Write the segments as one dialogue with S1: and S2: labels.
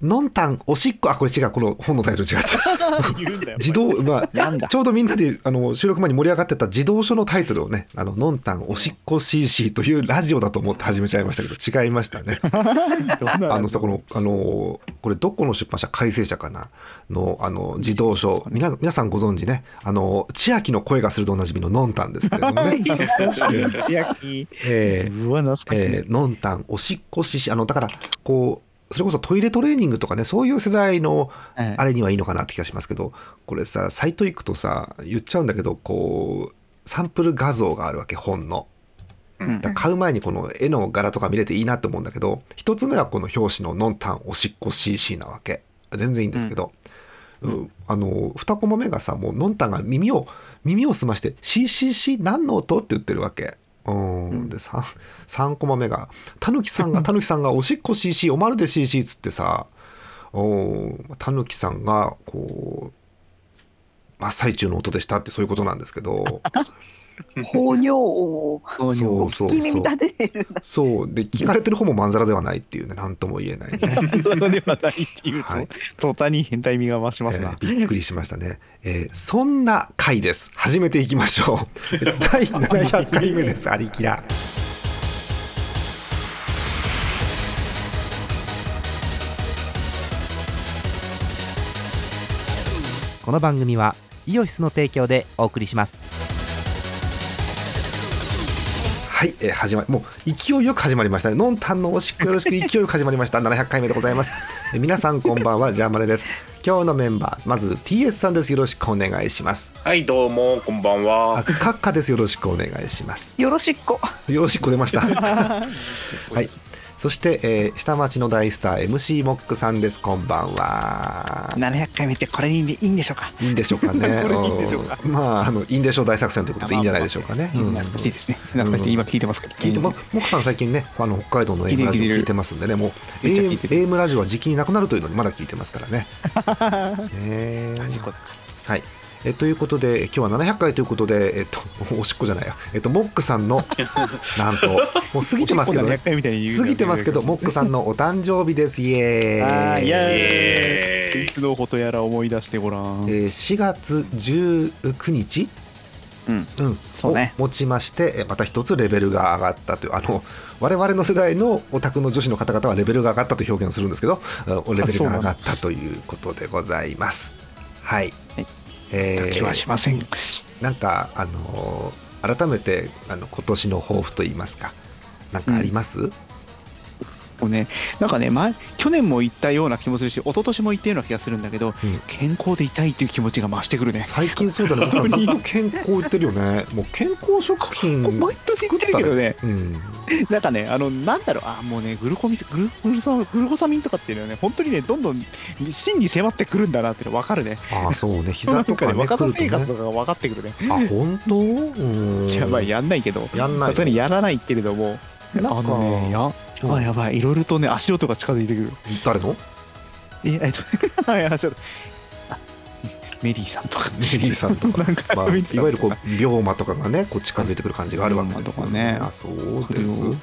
S1: のんたんおしっこ、あ、これ違う、この本のタイトル違 った。
S2: 言うんだよ。
S1: 自動、ま
S3: なんだ
S1: あ、ちょうどみんなであの収録前に盛り上がってた児童書のタイトルをね、あの、のんたんおしっこ CC というラジオだと思って始めちゃいましたけど、違いま したね。
S2: どんな
S1: あのさ、この、あの、これどこの出版社、改正者かなの、あの、児童書、みな皆さんご存知ね、あの、千秋の声がするとおなじみののんたんですけれど もね。
S2: 千秋。
S1: えー
S2: うわ、懐かしいね
S1: え。ー、のんたんおしっこししあのだからこうそれこそトイレトレーニングとかねそういう世代の
S3: ええ
S1: あれにはいいのかなって気がしますけどこれさサイト行くとさ言っちゃうんだけどこうサンプル画像があるわけ本の。
S3: うん
S1: だから買う前にこの絵の柄とか見れていいなと思うんだけど一つ目はこの表紙の「のんたんおしっこ CC」なわけ全然いいんですけど、うんあの2コマ目がさもうのんたんが耳を耳を澄まして「CCC 何の音?」って言ってるわけ。うんで 3, 3コマ目がたぬきさんがたぬきさんが「おしっこ CC おまるで CC」っつってさうんたぬきさんがこう真っ最中の音でしたってそういうことなんですけど
S4: 放尿音を
S3: そうそう
S1: そうそうそう
S4: 君見立ててるんだ。
S1: そうで聞かれてる方もまんざらではないっていうね何とも言えないね。
S2: それではないっていうと、
S1: はい
S2: 途端に変態味が増しますな。
S1: えーびっくりしましたね、えーそんな回です始めていきましょう第700回目ですありきら
S5: この番組はイオシスの提供でお送りします
S1: はい、えー始まりもう勢いよく始まりましたねのんたんのおしっこよ ろしく勢いよく始まりました700回目でございます、えー皆さんこんばんはジャーマネ です今日のメンバーまず TS さんですよろしくお願いします
S6: はい、どうも、こんばん
S1: あ
S6: は。
S1: カッカですよろしくお願いします
S4: よろしっこ。
S1: よろしく出 ましたはいそして、えー下町の大スター MC モックさんですこんばんは
S3: 700回目ってこれでいいんでいいんでしょうか
S1: いいんでしょうかね。
S2: これいいんでしょうか
S1: うんまあ、あの、いいんでしょう大作戦ということでいいんじゃないでしょうかね。うん
S3: 懐かしいですね懐かしい、
S1: うん
S3: 今聞いてますから
S1: 聞いても、もくさん最近ね、あの、北海道の
S3: 聞
S1: AM
S3: いてる
S1: ラジオ
S3: 聞いて
S1: 聞
S3: る
S1: いてますんでね、もう、
S3: めっちゃ聞
S1: AM,
S3: いてる
S1: AM ラジオは時期になくなるというのにまだ聞いてますから ね。ねえ
S3: ラジコだ
S1: はい。えということで今日は700回ということで、えっと、おしっこじゃないや、えっと、モックさん のなんともう過ぎてますけど
S2: おし
S1: ね
S2: っこ700回みたいに言うの
S1: 過ぎてますけど
S2: やめ
S1: モックさんのお誕生日ですイエ
S2: てくださいあ
S1: ー
S2: ー
S1: イ
S2: イエ
S6: イ
S2: ー
S6: エー
S2: イ
S6: イ
S2: いつのことやら思い出してごらん。
S1: えー4月19日、
S3: うん
S1: うん
S3: そうね
S1: をもちましてえーまた一つレベルが上がったというあの我々の世代のオタクの女子の方々はレベルが上がったと表現するんですけどうんレベルが上がったということでございます。はい、
S3: はい
S1: えー
S3: 気はしません、
S1: なんか、あのー改めてあの今年の抱負といいますかなんかあります、
S3: もうねなんかね前去年も言ったような気もするし一昨年も言ったような気がするんだけど、
S1: うん
S3: 健康でいたいっていう気持ちが増してくるね
S1: 最近そうだ ね、僕さんずっと健康言ってるよね、もう健康食品
S3: 毎年言ってるけどね、
S1: うん、
S3: なんかね、あの、なんだろう、あ、もうね、グルコミス、グルグルソグルコサミンとかっていうのはね、本当にね、どんどん真に迫ってくるんだなっていうの分かるね。
S1: ああ、そうね、
S3: な
S1: 膝
S3: ん
S1: と
S3: か
S1: か
S3: ね、
S1: ね、
S3: 若
S1: 来
S3: さ
S1: る
S3: 生
S1: とね
S3: 活とかが分かってくるね。
S1: あ本当うん
S3: いや、まあ、やんないけど、
S1: やんない
S3: さすがにやらないけれども、
S1: なんか
S3: あのね、や、
S1: うん
S3: やばいやばい、いろいろとね、足音が近づいてくる。
S1: 誰の
S3: え、えっと、 はい、足音。あメリーさんとか、メ
S1: メリーさんとか
S3: なんか、
S1: まあ、
S3: メ
S1: い
S3: リーさんとか
S1: わゆるこう病魔とかがねこう近づいてくる感じがあるわけですよね
S3: 病
S1: あ
S3: 魔
S1: そう
S3: これ
S1: で
S3: を
S1: す
S3: うん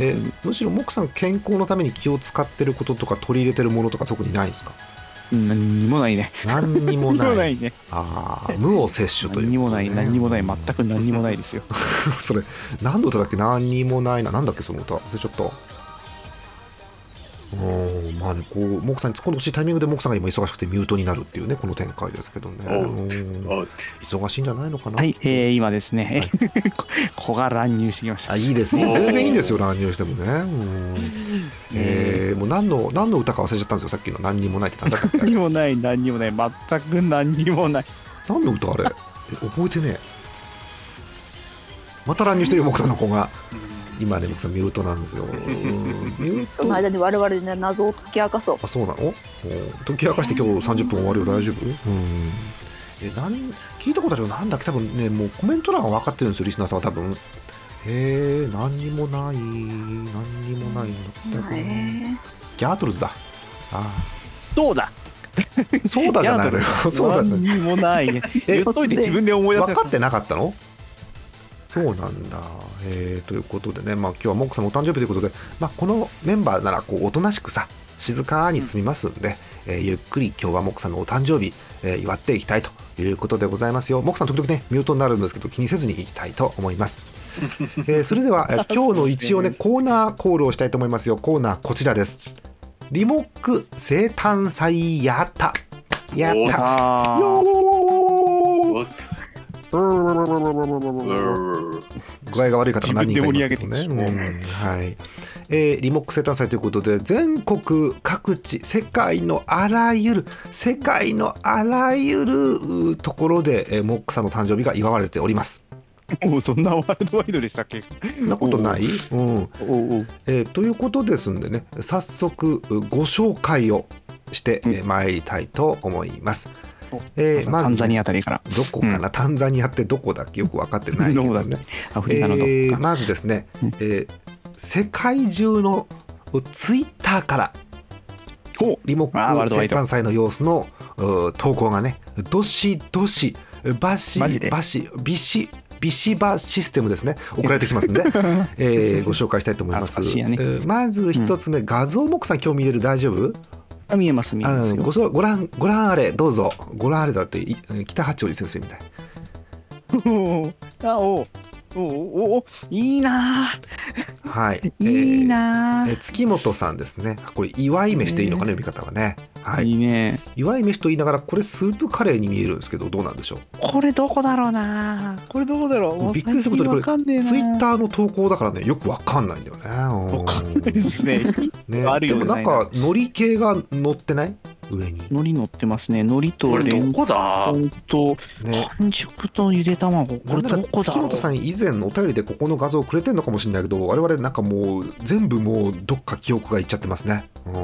S1: えむしろモクさん健康のために気を使ってることとか取り入れてるものとか特にないんですか
S3: 何にもないね。
S1: 何にも
S3: 何に
S1: な
S3: も
S1: い
S3: ないね。
S1: あー無を摂取という
S3: 何にもない、何にもない、全
S1: く
S3: く何にもない ですよ。
S1: それ何の歌だっけ何にもないな何だっけその歌忘れちゃったうーんまあねこうモクさんに突っ込んでほしいタイミングでモクさんが今忙しくてミュートになるっていうねこの展開ですけどね
S6: おう
S1: うーん
S6: お
S1: 忙しいんじゃないのかな
S3: はい、えー、今ですね、 こ子が乱入してきました。
S1: あいいですね
S6: おー
S1: 全然いいんですよ乱入してもねうんえーもう何の何の歌か忘れちゃったんですよさっきの「何にもない」って何だったっけあ
S3: 何
S1: れ
S3: にもない、何にもない、全く何にもない。
S1: 何の歌あれえ覚えてねえまた乱入してるよ僕さんの子が今ね僕さんミュートなんですようんミュー
S4: その
S1: ト
S4: 間に我々で、ね、謎を解き明かそう。
S1: あそうなのおー解き明かして今日30分終わるよ大丈夫うんえ何聞いたことあるよなんだっけ多分ねもうコメント欄は分かってるんですよリスナーさんは多分へえ何にもない何にもないだったかな
S4: ね
S1: ギャートルズだ。あ
S3: そうだ、
S1: あ。そうだじゃないのよ。そうだじゃ
S3: 何
S1: ない。
S3: にもない。言
S1: え
S3: っといて自分で思い出せ
S1: 分かってなかったのそうなんだ。えーということでね、まあ今日はモックさんのお誕生日ということで、まあこのメンバーならこうおとなしくさ、静かに進みますんで、えーゆっくり今日はモクさんのお誕生日、えー祝っていきたいということでございますよモクさん時々ねミュートになるんですけど気にせずにいきたいと思いますえーそれでは、え ー今日の一応ねコーナーコールをしたいと思いますよコーナーこちらですリモック生誕祭やったやっ
S6: お
S1: た
S2: あー
S6: おっ
S3: は
S6: うー
S1: 具合が悪い方が何人かいますけどね。
S2: 自分で盛り上げて
S1: うんはい。えーリモック生誕祭ということで全国各地世界のあらゆる世界のあらゆるうーところで、えーモックさんの誕生日が祝われております。
S2: もうそんなワールドワイドでしたっけ
S1: そんなことない、うん
S2: おうおう
S1: えーということですんでね早速うご紹介をして、えー参りたいと思います。えー
S2: タンザニア
S1: ア
S2: あたりから
S1: どこかな、タンザニアってどこだっけよく分かってないけど
S2: どこだっ
S1: ね
S2: け。アフリカのど
S1: え
S2: こ
S1: ー
S2: か、
S1: まずですね、えー世界中のツイッターから
S2: お
S1: リモ
S2: あーワー
S1: ッ
S2: ル
S1: ク
S2: ドワ
S1: 生
S2: イド
S1: 誕祭の様子のうー投稿がねどしどしバシ
S2: マジで
S1: バシビシビシバシステムですね送られてきます んで、えーご紹介したいと思います、
S2: 懐かしいやね
S1: えーまず一つ目、画像目さん興味入れる大丈夫
S2: あ見えます見えま
S1: あ
S2: す
S1: の
S2: よ
S1: ごそご覧ご覧あれどうぞご覧あれだってい北八王子先生みたい
S3: あおうおうおうおういいなあ
S1: はい
S3: いいなあ
S1: えー月本さんですねこれ祝い飯でいいのかね呼び方はねはい
S2: いいね
S1: 祝い飯と言いながらこれスープカレーに見えるんですけどどうなんでしょう
S3: これどこだろうなこれどこだろうもう
S1: びっくりすることにこれ
S3: 最近わかんねえな
S1: ツイッターの投稿だからねよくわかんないんだよねわかんない
S3: ですね
S1: ね
S2: ある
S1: で
S2: よ
S1: も
S2: ね
S1: なんか海苔系が乗ってない上に
S3: 海苔乗ってますね海苔
S6: ことれ
S3: レ
S6: ど
S3: ン
S6: こだ
S3: コンと
S1: ね
S3: 半熟とゆで卵これ
S1: なん
S3: ど
S1: なら
S3: こだ
S1: 月
S3: ろう
S1: 本さん以前のお便りでここの画像をくれてるのかもしれないけど我々なんかもう全部もうどっか記憶がいっちゃってますねうん
S3: こ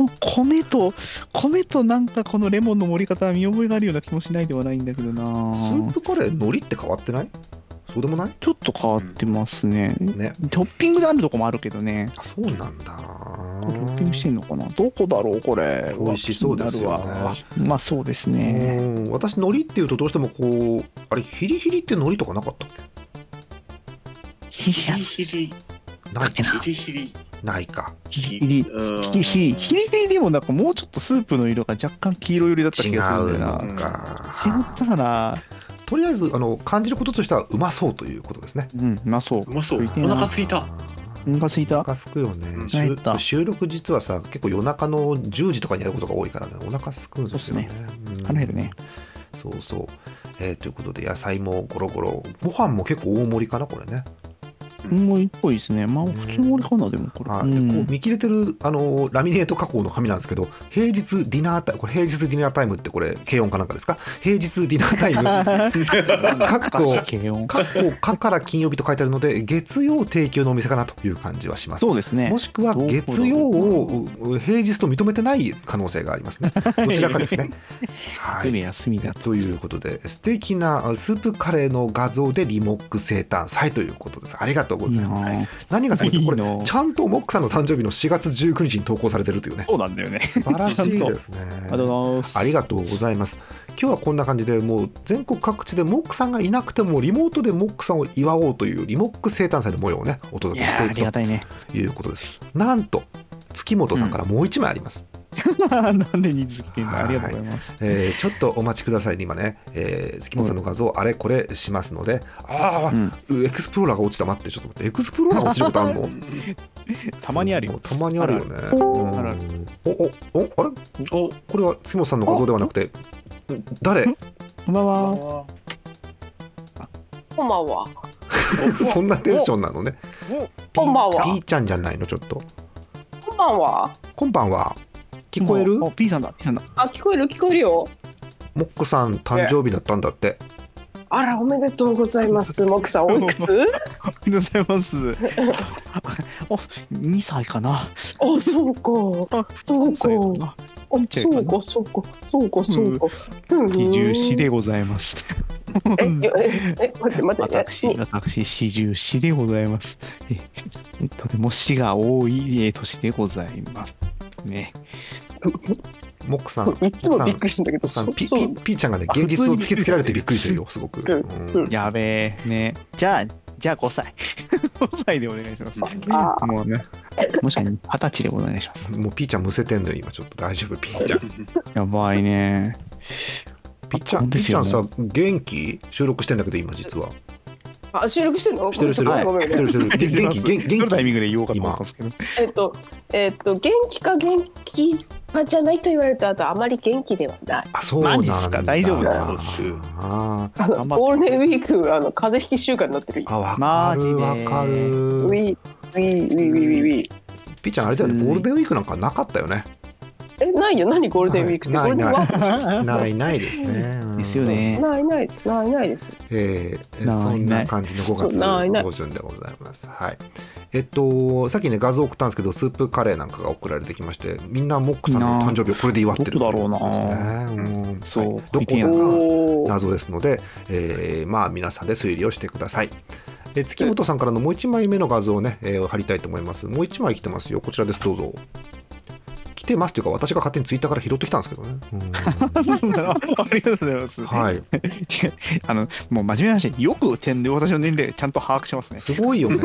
S3: の米と米となんかこのレモンの盛り方は見覚えがあるような気もしないではないんだけど
S1: ス
S3: な
S1: ープカレー海苔って変わってないそうでもない
S3: ちょっと変わってますね
S1: ね
S3: トッピングであるとこもあるけどね
S1: あそうなんだ
S3: トッピングしてんのかなどこだろうこれ
S1: 美味しそうですよね
S3: わ気になるわまあそうですね
S1: うん私海苔っていうとどうしてもこうあれヒリヒリって海苔とかなかったっけ
S3: いや
S6: ヒリヒリ
S1: ない
S3: けな
S6: ヒリヒリ
S1: ないか
S3: ヒリヒリ
S6: う
S3: ヒ
S6: ん
S3: リヒリヒリヒリでもなんかもうちょっとスープの色が若干黄色寄りだった気
S1: 違
S3: がする
S1: うん
S3: だよな
S1: のか
S3: 違ったかな
S1: とりあえずあの感じることとしてはうまそうということですね
S3: うんうまそう
S6: うまそうお
S3: 食いてえな
S6: 腹すいた
S3: お腹すいた
S1: お腹すくよね
S6: ん
S1: 収
S3: 入った
S1: 収録実はさ結構夜中の10時とかにやることが多いからねお腹すくんですよねうん
S3: 腹減るね
S1: そうそう、えーということで野菜もゴロゴロご飯も結構大盛りかなこれね
S3: もうっぽいですねまあ普通の俺かなでもこれ、
S1: はい、
S3: う
S1: で
S3: ん
S1: こう見切れてるあのーラミネート加工の紙なんですけど平日ディナータイムこれ平日ディナータイムってこれ軽音かなんかですか平日ディナータイ ムかっこ
S3: 軽音
S1: かっこかから金曜日と書いてあるので月曜提供のお店かなという感じはします
S3: そうですね
S1: もしくは月曜をう平日と認めてない可能性があります ねどちらかですねはい
S3: 全部休みだと
S1: ということで素敵なスープカレーの画像でリモック生誕祭ということですありがとうございます
S3: いいな
S1: 何がすごいってこれ
S3: いいの
S1: ちゃんとモックさんの誕生日の4月19日に投稿されてるというね
S3: そうなんだよね
S1: 素晴らしいですね
S3: ありがとうございます
S1: ありがとうございます今日はこんな感じでもう全国各地でモックさんがいなくてもリモートでモックさんを祝おうというリモック生誕祭の模様をねお届
S3: い
S1: けし
S3: やーあ
S1: て
S3: り
S1: い
S3: が
S1: く
S3: たいね
S1: ということですなんと月本さんからもう1枚あります、
S3: なんで人数来てん
S1: はい
S3: だありがとうございます
S1: えーちょっとお待ちくださいね今ね、えー月本さんの画像あれこれしますのでああ、エクスプローラーが落ちた待ってちょっと待ってエクスプローラーが落ちることあんの
S3: たまにあるよ
S1: たまにあるよね。うん
S3: あるある
S1: おおおあれ
S6: お
S1: これは月本さんの画像ではなくてん誰
S3: こんばんは
S6: お
S4: こんばんは。
S1: そんなテンションなのね。ピー
S4: こんばんは
S1: ピーちゃんじゃないのちょっと。
S4: こんばんは。
S1: こんばんは。聞こえる？
S3: お
S1: モ
S3: お P さんだ P さんだ
S4: あ、聞こえる聞こえるよ。
S1: ックさん誕生日だったんだって。
S4: あら、おめでとうございます。モクさん、おいくつ
S3: ありがとうございます お2歳かな
S4: あ、そうか。そうか。あ、そうか、そうか。そうか、そうか。うん
S2: 四十四でございます
S4: え、え、え、待って待って。
S2: 私私四十四でございますえとても死が多いえー年でございますね
S1: モックさん。モ
S4: い
S1: ック
S4: つも
S1: さん
S4: び
S1: モ
S4: っ
S1: ッ
S4: くりしたんだけど、
S1: ク
S4: そ
S1: さんピ
S4: う
S1: ピ
S4: そう。
S1: ピーちゃんがね現実を突きつけられてびっくりしてるよすごく。
S4: うん
S1: うん
S2: やべえね
S3: じゃあじゃあ5歳5歳でお願いします
S4: あ
S2: もうね
S3: もしくは二十歳でお願いします。
S1: もうピーちゃんむせてんのよ今ちょっと大丈夫ピーちゃん
S3: やばいね。
S1: ピーちゃ
S3: あ
S1: ん、
S3: 本
S1: ピ
S3: 当で
S1: ー
S3: す
S1: ちゃ
S3: よ
S1: ん
S3: ね
S1: さ元気収録してんだけど今実は
S4: あ、収録してんの
S1: してるしてる
S4: ごめんごめん
S1: してるしてる 元気元気
S3: どのタ
S1: 元
S3: イミングで言おうかと思ったんですけど。
S4: えっと、えっと、元気か元気かじゃないと言われた後、あまり元気ではない。
S1: あそうなん
S3: マジっす
S1: だ
S3: か大丈夫
S6: だよ
S1: あ
S4: あの
S3: 頑張って
S4: ゴールデンウィーク、あの、風邪ひき週間になってる。
S1: あわかる
S3: マ
S1: わ
S3: ジで
S1: か
S4: ウィ
S1: る
S4: ー、ウィー、ウィー、ウィー、ウィーウィー。
S1: ピーちゃんあれだよねゴールデンウィークなんかなかったよね
S4: え、ないよ、何ゴールデンウィークって。
S1: ないない
S4: ゴールデンワー ク
S1: ないないですねうん
S3: ですよね。
S4: ないないです、ないないです。
S1: えーえー
S3: ない
S1: そんな感じの5
S4: そうないな
S1: 月
S4: い
S1: 上旬でございます。はい。えっと、さっきね、画像送ったんですけど、スープカレーなんかが送られてきまして、みんなモックさんの誕生日をこれで祝ってる
S3: どこだろうな
S1: ですねん
S3: そう
S1: はいど
S3: いや
S1: こが
S4: おお。
S1: 謎ですので、えーまあ、皆さんで推理をしてください。えー月本さんからのもう1枚目の画像をね、えー貼りたいと思います。もう1枚来てますよ。こちらです、どうぞ。来てますというか、私が勝手にツイッターから拾ってきたんですけどね。 うん
S3: ありがとうございます。
S1: はい。
S3: 違う あの、もう真面目な話、よく点で私の年齢ちゃんと把握し てますね。
S1: すごいよね。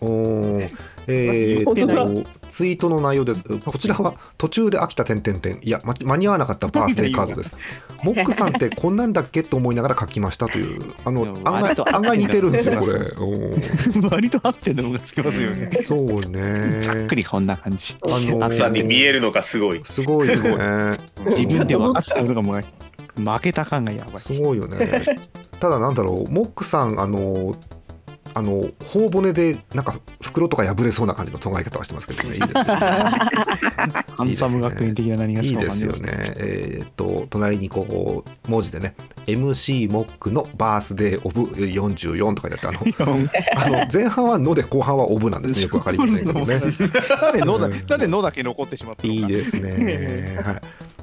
S1: おーえ
S4: 本当だ
S1: ー、とツイートの内容です。こちらは途中で飽きた点々点いや、ま間に合わなかったバースデーカードです。モックさんってこんなんだっけと思いながら書きましたという、あの
S3: でも
S1: 案
S3: 割
S1: 外
S3: と
S1: 案外似てるんですよ、これ。おー
S3: 割と合ってんのがつきますよね。
S1: そう
S3: ざっ
S1: ね
S3: く。りこんな感じ。
S1: あの
S3: あ
S6: さんに見え
S1: る。
S6: るのがすごい。
S1: すごいよ ね。
S3: 自分で分かってたのがもう、負けた感がやばい。
S1: すごいよね。ただなんだろう、モックさん、あの、あの頬骨でなんか袋とか破れそうな感じのとがり方はしてますけどね、いいですよ ね。
S3: ハンサム学園的な何が
S1: い
S3: し
S1: い
S3: かわ
S1: で
S3: かん
S1: す
S3: ない
S1: よね。えーっと、隣にこう、文字でね、MC モックのバースデーオブ44とかやってあの、あの前半はので後半はオブなんですね。よくわかりませんけ どね。
S3: なんでのだ、なんでのだけ残ってしまったの
S1: い
S3: か
S1: いですね。はい。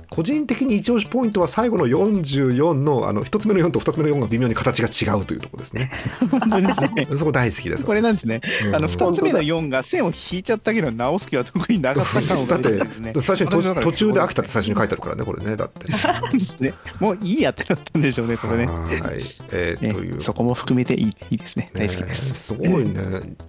S1: 個人的に一押しポイントは最後の44のあの1つ目の4と2つ目の4が微妙に形が違うというところです ね。
S3: 本当ですね
S1: そこ大好きです。
S3: これなんですね。あの、
S1: うん
S3: 二つ目の4が線を引いちゃったけど、直す気は特になかったかもし
S1: だ
S3: れ
S1: っ
S3: な
S1: て
S3: いですね。
S1: 最初に
S3: 私の
S1: と
S3: 中
S1: 途中で飽きたって
S3: そう
S1: 最初に書いてあるからね、これね、だ って。
S3: ですね。もういいやってなったんでしょうね、これね。
S1: はい。えー
S3: ね
S1: という
S3: そこも含めていいいいですね。大好きです。
S1: ねすごいね。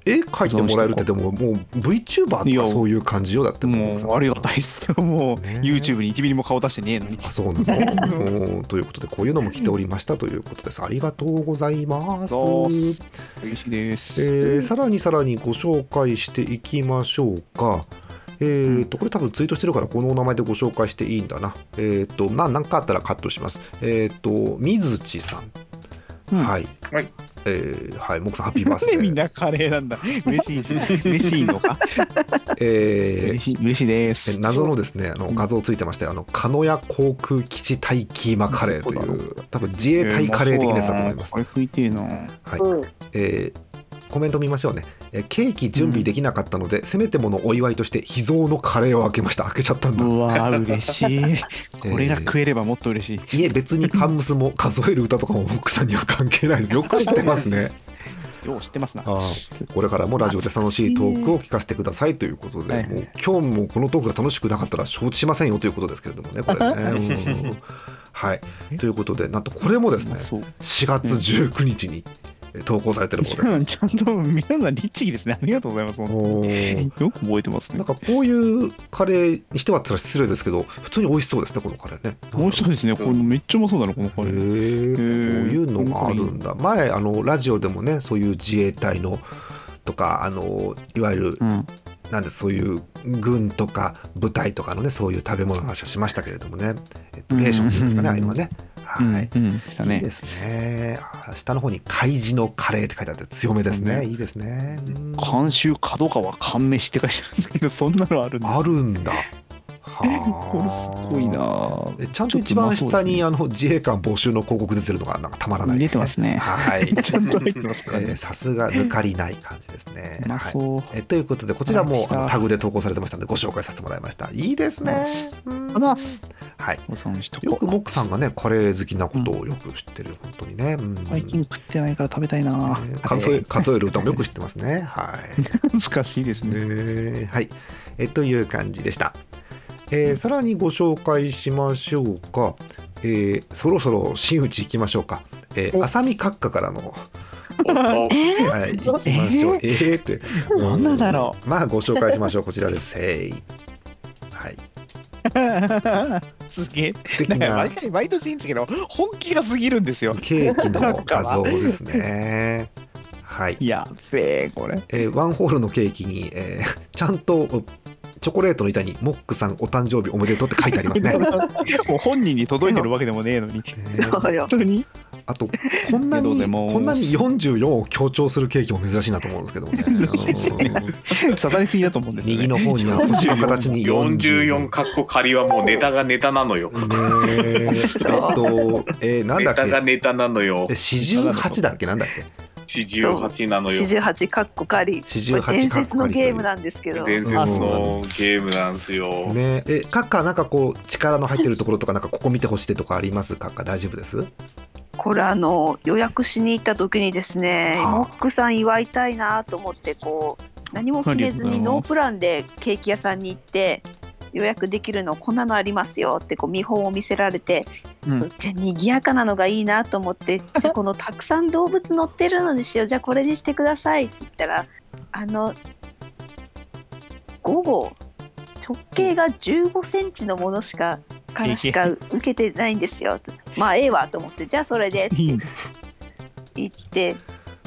S1: 絵描いてもらえるってでももう VTuber
S3: い
S1: と
S3: や
S1: かそういう感じよだって
S3: もう、ありがたい
S1: い。
S3: っすよ。もう、
S1: ね
S3: YouTube に1ミリも顔出してねえのに。
S1: あそうなの うんということでこういうのも来ておりましたということです。ありがとうございます。
S3: そうっす嬉しいです。
S1: えーさらにさらにご紹介していきましょうか。えー、とこれ多分ツイートしてるからこのお名前でご紹介していいんだな。えー、とな何かあったらカットします。えー、と水地さん。
S3: うん
S1: はい。
S6: はい。
S1: えー、はい。もくさんハッピー
S3: な
S1: バ
S3: ん
S1: ースデ
S3: で
S1: ー。
S3: みんなカレーなんだ嬉しい、嬉しいの か。
S1: えー
S3: 嬉しい、嬉しいで
S1: え
S3: す。
S1: 謎のですねあの画像ついてまして、あの鹿屋航空基地対キーマカレーという多分自衛隊カレー的なやつだと思います、
S3: えーあそうだなこれ食いてえな。
S4: うん。
S1: えーコメント見ましょうね、えーケーキ準備できなかったので、せめてものお祝いとして秘蔵のカレーを開けました開けちゃったんだ、
S3: うわー嬉 しい。これが食えればもっと嬉しい。
S1: いえ別にカンムスも数える歌とかも奥さんには関係 ないよく知ってますね
S3: よう知ってますな。
S1: あー これからもラジオで楽しいトークを聞かせてくださいということで、
S3: はい
S1: もう今日もこのトークが楽しくなかったら承知しませんよということですけれど もねこれね。うんはい、
S3: え
S1: ということでなんとこれもですね
S3: そう。
S1: 4月19日にえ投稿されてるものです。
S3: ちゃんと皆さん律儀ですね。ありがとうございます。本
S1: お
S3: 当に
S1: ー
S3: よく覚えてます
S1: な
S3: ね
S1: ん。かこういうカレーにしては失礼ですけど普通に美味しそうですねこのカレーね。
S3: 面白いですね。これめっちゃうまそうだな、このカレ
S1: へ
S3: ー。
S1: ーこういうのがあるんだ前あのラジオでもねそういう自衛隊のとかあのいわゆる
S3: うん。
S1: なんでそういう軍とか部隊とかのねそういう食べ物の話をしましたけれどもね、えっと、レーションっていうんですかね、あ
S3: うん
S1: あいうのはね。はい
S3: うん。うんした
S1: いい
S3: ね
S1: で。すね。あ下の方に「開示のカレー」って書いてあって強めですね。
S3: ね
S1: いいですね。うん
S3: 監修角川勘飯って書いてあるんですけど、そんなのあるんです
S1: あるんだ。 は
S3: これ
S1: あ。
S3: すごいなぁ
S1: え。ちゃんと一番下にあの自衛官募集の広告出てるのがなんかたまらない、
S3: 出てますね
S1: はい。
S3: ちゃんと入ってますから
S1: えー
S3: ね。
S1: さすが抜かりない感じですね。
S3: うま
S1: はい
S3: そう。
S1: えということでこちらもあ
S3: あ
S1: の
S3: ら
S1: タグで投稿されてましたのでご紹介させてもらいました。いいですね。うん
S3: ありがとうございます。
S1: はい。
S3: おさんしと
S1: よ
S3: こ
S1: くモックさんがねカレー好きなことをよく知ってる本当にね。うん
S3: う。最近食ってないから食べたいな
S1: ね
S3: ぁ。
S1: 数 え数える歌もよく知ってますね。はい。
S3: 難しいですね。
S1: ねはいえという感じでした、えーさらにご紹介しましょう か、えーそろそろ真打ち行きましょうか、えー、浅見閣下からの
S7: えー
S1: はい、行きましょう。えー、って。
S3: なんなん だろ
S1: まあ、ご紹介しましょう。こちらです。へい。はい。
S3: うすげえ
S1: 素敵
S3: なんか
S1: な
S3: 毎回毎年いいんですけど本気が過ぎるんですよ
S1: ケーキの画像です ね。はい。
S3: やっべえこれ
S1: えーワンホールのケーキに、えーちゃんとチョコレートの板に「モックさんお誕生日おめでとう」って書いてあります ね。
S3: もう本人に届いてるわけでもねえのに
S1: えー
S7: そうよ
S3: 本当に
S1: あとこんな
S3: けど
S1: に
S3: でも
S1: こんなに44を強調するケーキも珍しいなと思うんですけどもね。あの
S3: 刺さりすぎだと思うんですよ、ね、
S1: 右の方には星の形に
S6: 44かっこ仮はもうネタがネタなのよ。
S1: ねええっと、えーなんだ
S6: ネ
S1: っ
S6: タが
S1: け
S6: ネタなのよ
S1: え。48だっけなんだっけ
S6: 48なのよ
S7: 四。十八カッコ仮。これ
S1: 48
S7: 伝説のゲームなんですけど。
S6: 伝説のゲームなんですよ。
S1: ねえ、カッカなんかこう力の入ってるところとかなんかここ見てほしいとかありますカッカ大丈夫です
S7: これあの予約しに行った時にですね、
S1: はあ
S7: モックさん祝いたいなと思ってこう何も決め
S3: ありがとうご
S7: ずに
S3: ざいます
S7: ノープランでケーキ屋さんに行って予約できるのこんなのありますよってこう見本を見せられて、
S3: うん
S7: じゃあ賑やかなのがいいなと思ってじゃあこのたくさん動物乗ってるのにしようじゃあこれにしてくださいって言ったらあの午後直径が1 5ンチのものしかからしか受けてないんですよまあええわと思ってじゃあそれでって
S3: いいん
S7: 言って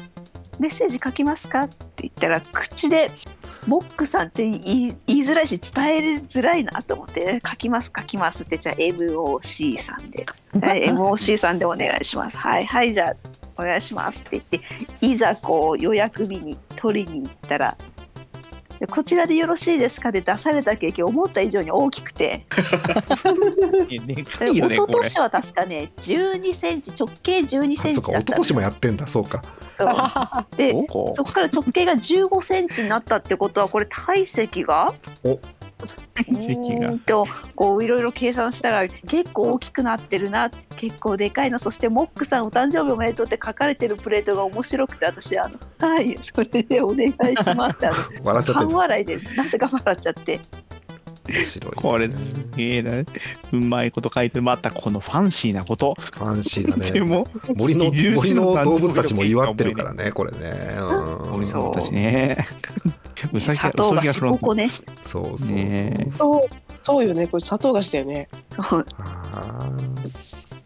S7: 「メッセージ書きますか?」って言ったら口で「モックさん」って言い言いづらいし伝えづらいなと思って「書きます書きます」ってじゃあ MOC さんで「はい MOC さんでお願いします」「はいはいじゃあお願いします」って言っていざこう予約日に取りに行ったら「こちらでよろしいですか?」で出されたケーキ思った以上に大きくて。
S3: でか
S7: 一
S3: いよね
S7: 昨
S3: これ
S7: 年は確かね12センチ直径12
S1: あ
S7: セン
S1: そうか
S7: チだ
S1: 一昨
S7: った
S1: 年もやってんだそうか
S7: そうで
S3: お
S7: そこから直径が15センチになったってことはこれ体積が
S1: お
S3: 体積が
S7: うーんとこういろいろ計算したら結構大きくなってるな結構でかいなそしてモックさんお誕生日おめでとうって書かれてるプレートが面白くて私あの「はいそれでお願いします」ってあの
S1: 笑っちゃって
S7: 半
S1: る
S7: 笑いでなぜか笑っちゃって
S1: 面白い
S3: これすげえなうまいこと書いてるまたこのファンシーなこと
S1: ファンシーだね
S3: でも
S1: 森の
S3: 重
S1: 森
S3: 視の
S1: の
S3: 誕生日
S1: 動物たちも祝ってるからねこれねうん
S3: 森さ
S7: そ
S3: ん
S7: う
S3: たちね。うさぎ
S7: 砂糖菓子5個
S3: ね。
S7: ね
S1: そうそうそう、
S3: ね
S4: そうそうよねこれ砂糖菓子だよね
S7: そう
S1: あー
S4: 砂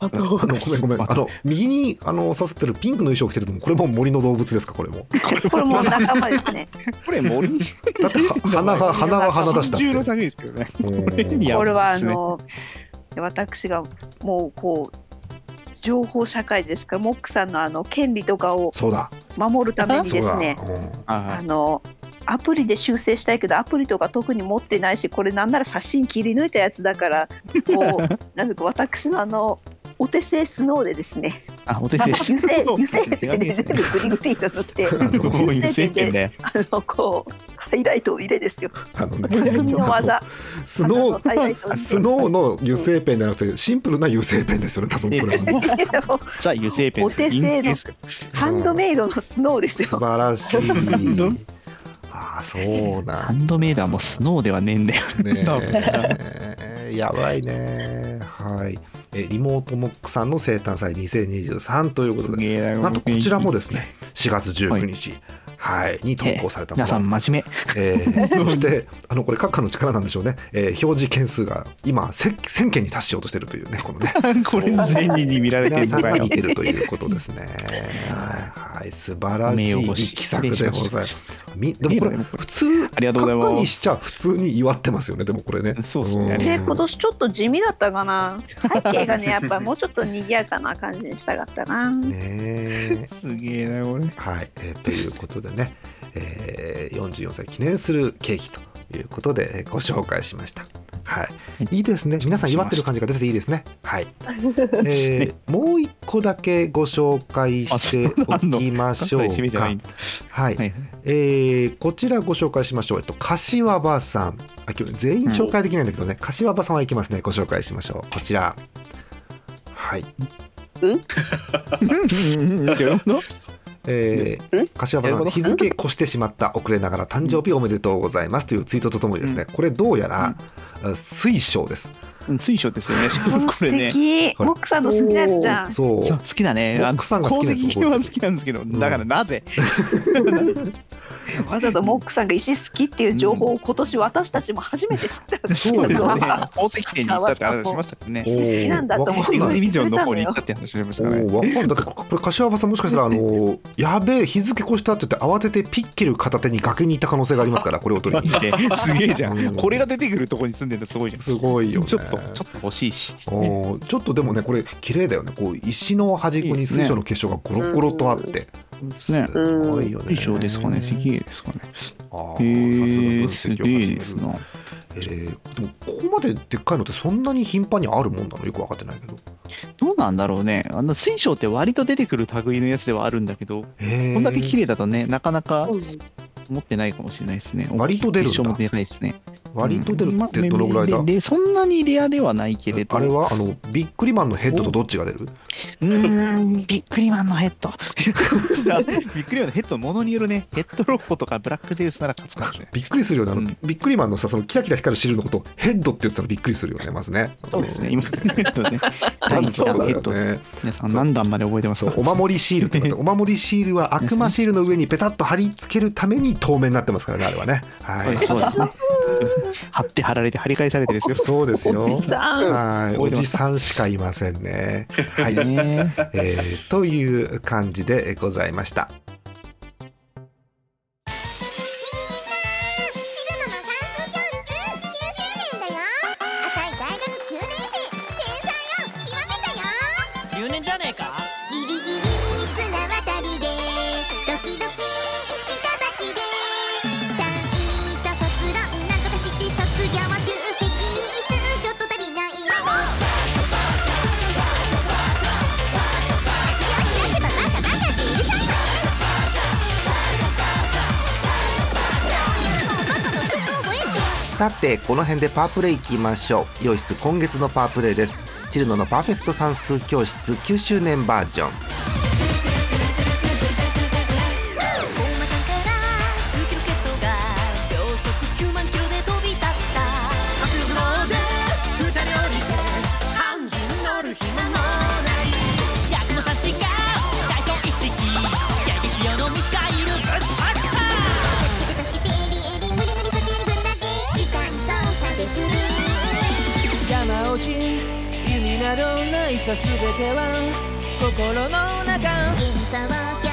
S1: あの
S4: 糖
S1: ごめん
S4: 菓子
S1: ご めんあの右にあの刺さってるピンクの衣装着てるのもこれも森の動物ですかこれ も
S7: これもう仲間ですね
S3: これ森
S1: だっては鼻が鼻が鼻出したっ
S3: 中の
S1: て
S3: 下げですけどね。
S1: うん
S3: いや
S7: これはあの私がもうこう情報社会ですからモックさんのあの権利とかを
S1: そうだ
S7: 守るために
S1: そ
S7: で
S1: う
S7: す
S1: だ、
S7: ね
S1: うん
S7: あ
S3: あ
S7: のアプリで修正したいけどアプリとか特に持ってないしこれなんなら写真切り抜いたやつ だからこうなんか私のあのお手製スノーでですね
S3: あお手
S7: あ
S3: 製
S7: 油
S3: し
S7: 性
S3: の
S7: 油性ペンで全部グリグリと塗って
S3: もう油性ペンだよ。
S7: あのこうハイライトを入れですよ
S1: あのね
S7: 匠の技
S1: スノ
S7: あのハイライト
S1: ー
S7: を入れ
S1: スノーの油性ペンじゃなくてシンプルな油性ペンですよね多分これはね
S3: ザ油性ペン。
S7: お手製のハンドメイドのスノーです
S1: 素
S7: よ
S1: 晴らし い
S3: ド。
S1: ああ、そうな
S3: ハ
S1: ん
S3: ンドメイドはもうスノーではねえんだよ。多
S1: ね。やばいね。はい。えリモートモックさんの生誕祭2023ということで、なんとこちらもですね、4月19日、はい、に投稿されたも
S3: 皆さん
S1: の。
S3: 真面
S1: え ーそして、あのこれ、閣下の力なんでしょうね、えー表示件数が今、せ1000件に達しようとしてるというね、このね、
S3: 目。 これ全人に見られて
S1: 皆
S3: る
S1: さん
S3: ぐら
S1: が
S3: いの
S1: 見。てるということですね。はい、素晴らし
S3: 名誉
S1: い
S3: 欲しい
S1: 奇策でございます。みでもこれ
S3: いいね
S1: 普通
S3: ありがとうございます
S1: カッカにしちゃ普通に祝ってますよね。でもこれね。
S3: そうですね
S1: ん
S7: で今年ちょっと地味だったかな背景 がねやっぱもうちょっと賑やかな感じにしたかったな、
S1: ねえ
S3: すげえなこれ。
S1: はい、えーということでね、えー、44歳記念するケーキということでえーご紹介しました。はい、いいですね。皆さん祝ってる感じが出てていいですね。はい。えーもう一個だけご紹介しておきましょう
S3: あそんなの関西締めじゃ
S1: か
S3: ないんだ。
S1: はい
S3: は。い。
S1: えーこちらご紹介しましょう。えっと、柏場さん。あ、今日全員紹介できないんだけどね、柏場さんはいきますね。ご紹介しましょう。こちら。はい。
S3: うんうんうん。
S1: えー柏場さん、日付越してしまった、遅れながら誕生日おめでとうございますというツイートとともにですね、これどうやら、あ水晶です。
S3: うん水晶ですよね。しか もこ
S7: 素
S3: れね。
S7: 敵
S1: これ
S7: モックさんの好きなやつじゃん
S1: そう
S3: そう好きだね。あの
S1: 奥さんが好きなやつ
S3: 鉱石は好きなんですけど、
S1: ん
S3: だからなぜ
S7: わざとモックさんが石好きっていう情報を今年私たちも初めて知ったんです
S1: そうですね
S3: 宝石店に行ったって話しましたね。
S7: 石好きなんだと思って
S3: ビ
S1: おー
S3: ジ
S1: わかんない
S3: ョンの方に行ったって話しましたね。
S1: おおーわかんないだってこれ柏葉さんもしかしたらあのやべえ日付越したって言って慌ててピッケル片手に崖に行った可能性がありますからこれを取
S3: マ
S1: りに
S3: ジですげえじゃ
S1: うん
S3: ん。これが出てくるとこに住んでるのすごいじゃん。
S1: すごいよね
S3: ちょっとちょっと欲しいし。
S1: おーちょっとでもねこれ綺麗だよねこう石の端っこに水晶の結晶がゴロゴロとあって
S3: ね
S1: す。ごいよね
S3: 水晶ですかね。石英ですかね。
S1: あー
S3: へ
S1: さすが分
S3: え、す
S1: 析
S3: げえです
S1: を
S3: な。
S1: えーでもここまででっかいのってそんなに頻繁にあるもんなのよく分かってないけど
S3: どうなんだろうね。あの水晶って割と出てくる類のやつではあるんだけど、こ
S1: こ
S3: んだけ綺麗だとね、なかなか
S4: うん
S3: 持ってないかもしれないですね。
S1: 割と出るんだ
S3: 水晶もでかいですね。
S1: 割と出る
S3: うんま
S1: ってどのぐらいだ、
S3: ででそんなにレアではないけれど。
S1: あれはあのビックリマンのヘッドとどっちが出る
S3: うーん、ビックリマンのヘッ ド。ビックリマンのヘッド、ものによるね、ヘッドロッコとかブラックデウスなら勝つかもしれない。
S1: びっくりするよねあの、
S3: うん
S1: ビックリマンのさそのキラキラ光る汁のことをヘッドって言ってたらびっくりするよねまずね
S3: そうですね、今考える とね、
S1: ま
S3: 第
S1: ず
S3: 一
S1: そう
S3: 弾
S1: だ
S3: ヘ
S1: よ
S3: ッド、
S1: ね
S3: 皆さん何段まで覚えてます
S1: そ
S3: か
S1: うお守りシールってことでお守りシールは悪魔シールの上にペタッと貼り付けるために透明になってますからねあれはねは
S3: はい
S1: い
S3: そ うですね。貼って貼られて貼り返されてですよ。
S1: そうですよ
S7: おじさん
S1: はい
S3: 覚
S1: お
S3: えてます
S1: じさんしかいませんねはい、
S3: ね
S1: えーという感じでございました
S8: チルノの算数教室9周年だよ赤い大学9年生天才を極めたよ
S9: 留年じゃねえか
S8: ギリギリ綱渡りでドキドキ一か八で単位と卒論なんとかして卒業集積日数ちょっと足りない口を開けばバカバカってうるさいわねそういうのをバカの2つ覚えて
S5: さてこの辺でパワープレイいきましょう洋室今月のパワープレイですチルノのパーフェクト算数教室9周年バージョン
S8: 大股から突きロケットが秒速9万キロで飛び立った角度で二人降りて半人乗る暇もない
S9: 百の差違う大根一式撃用のミサイルぶちまった
S8: 助けて助けてエリエリ無理無理させる分だけ時間操作できる
S9: 山落ち意味などないさ全ては心の中
S8: 幻想郷の中心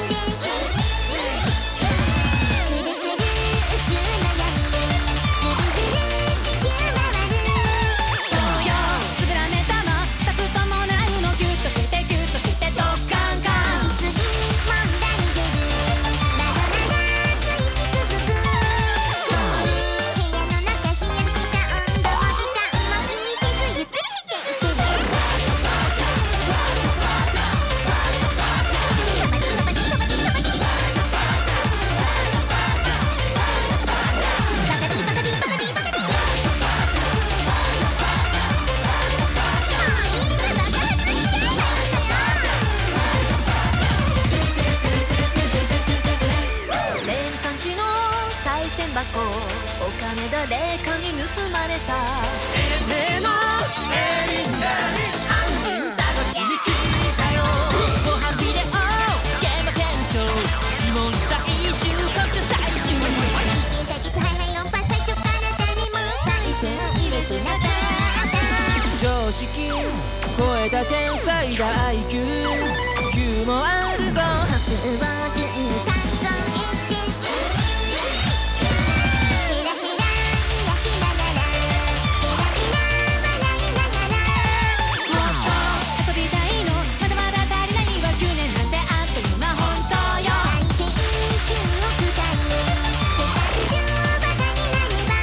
S8: でぐるぐる宇宙の闇へぐるぐる地球回るそうよつぶらねたま二つともないのギュッとしてギュッとしてドッカンカン次々問題出るまだまだ追し続く凍る部屋の中ひんやりした温度も時間も気にせずゆっくりしていくね
S9: レン産地の再銭箱お金誰かに盗まれたエテのエリンダリ犯人探しに来たよご飯ビデオ現場検証指紋採集こっち採集常識超えた天才だ IQQ もあるぞ
S8: 遊びたいのまだまだ足りないわ9年なんてあっという間本当よ最低金億台へ世界中バカになれば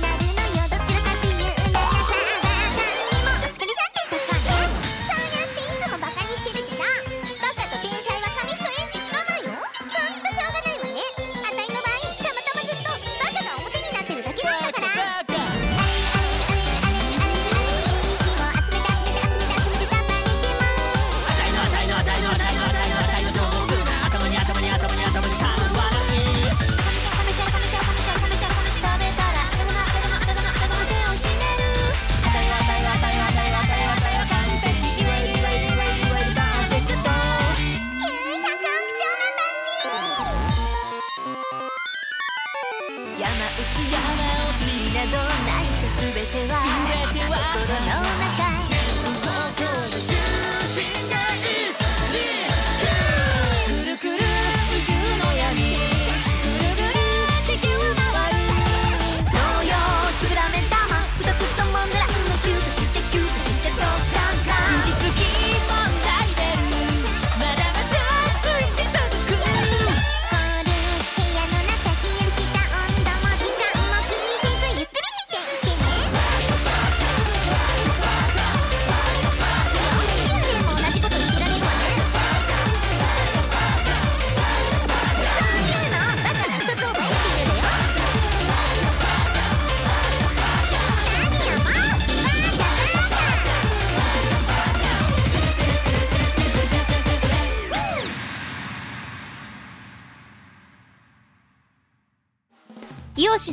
S8: 馬になるのよどちらかっていうならさあ何にもお疲れさんってたからそうやっていつもバカにしてるけどバカと天才は紙一重な
S9: の中くるくる宇宙の闇ぐるぐる地球回るそうよつぶら目玉二つとも狙うのキュートしてキュートしてドッカンカン月々問題出るまだまだ随時続
S8: 凍る
S9: く
S8: 部屋の中冷やした温度も時間も気にせずゆっくりしていてね4 9年も同じこと言ってられるわねそういうのバカが2つ覚えているのよ何よもうバカバカイオシ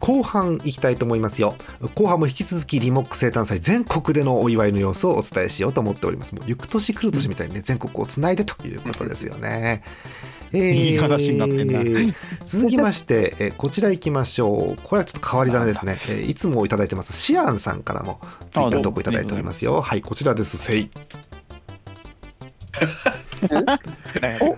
S1: 後半行きたいと思いますよ後半も引き続きリモック生誕祭全国でのお祝いの様子をお伝えしようと思っておりますもう行く年来る年みたいにね全国をつないでということですよね、えー
S3: いい話になってんな
S1: 続きまして、えーこちら行きましょうこれはちょっと変わり種 ですね、えーいつもいただいてますシアンさんからもツイッター投稿いただいておりますよはいこちらですせい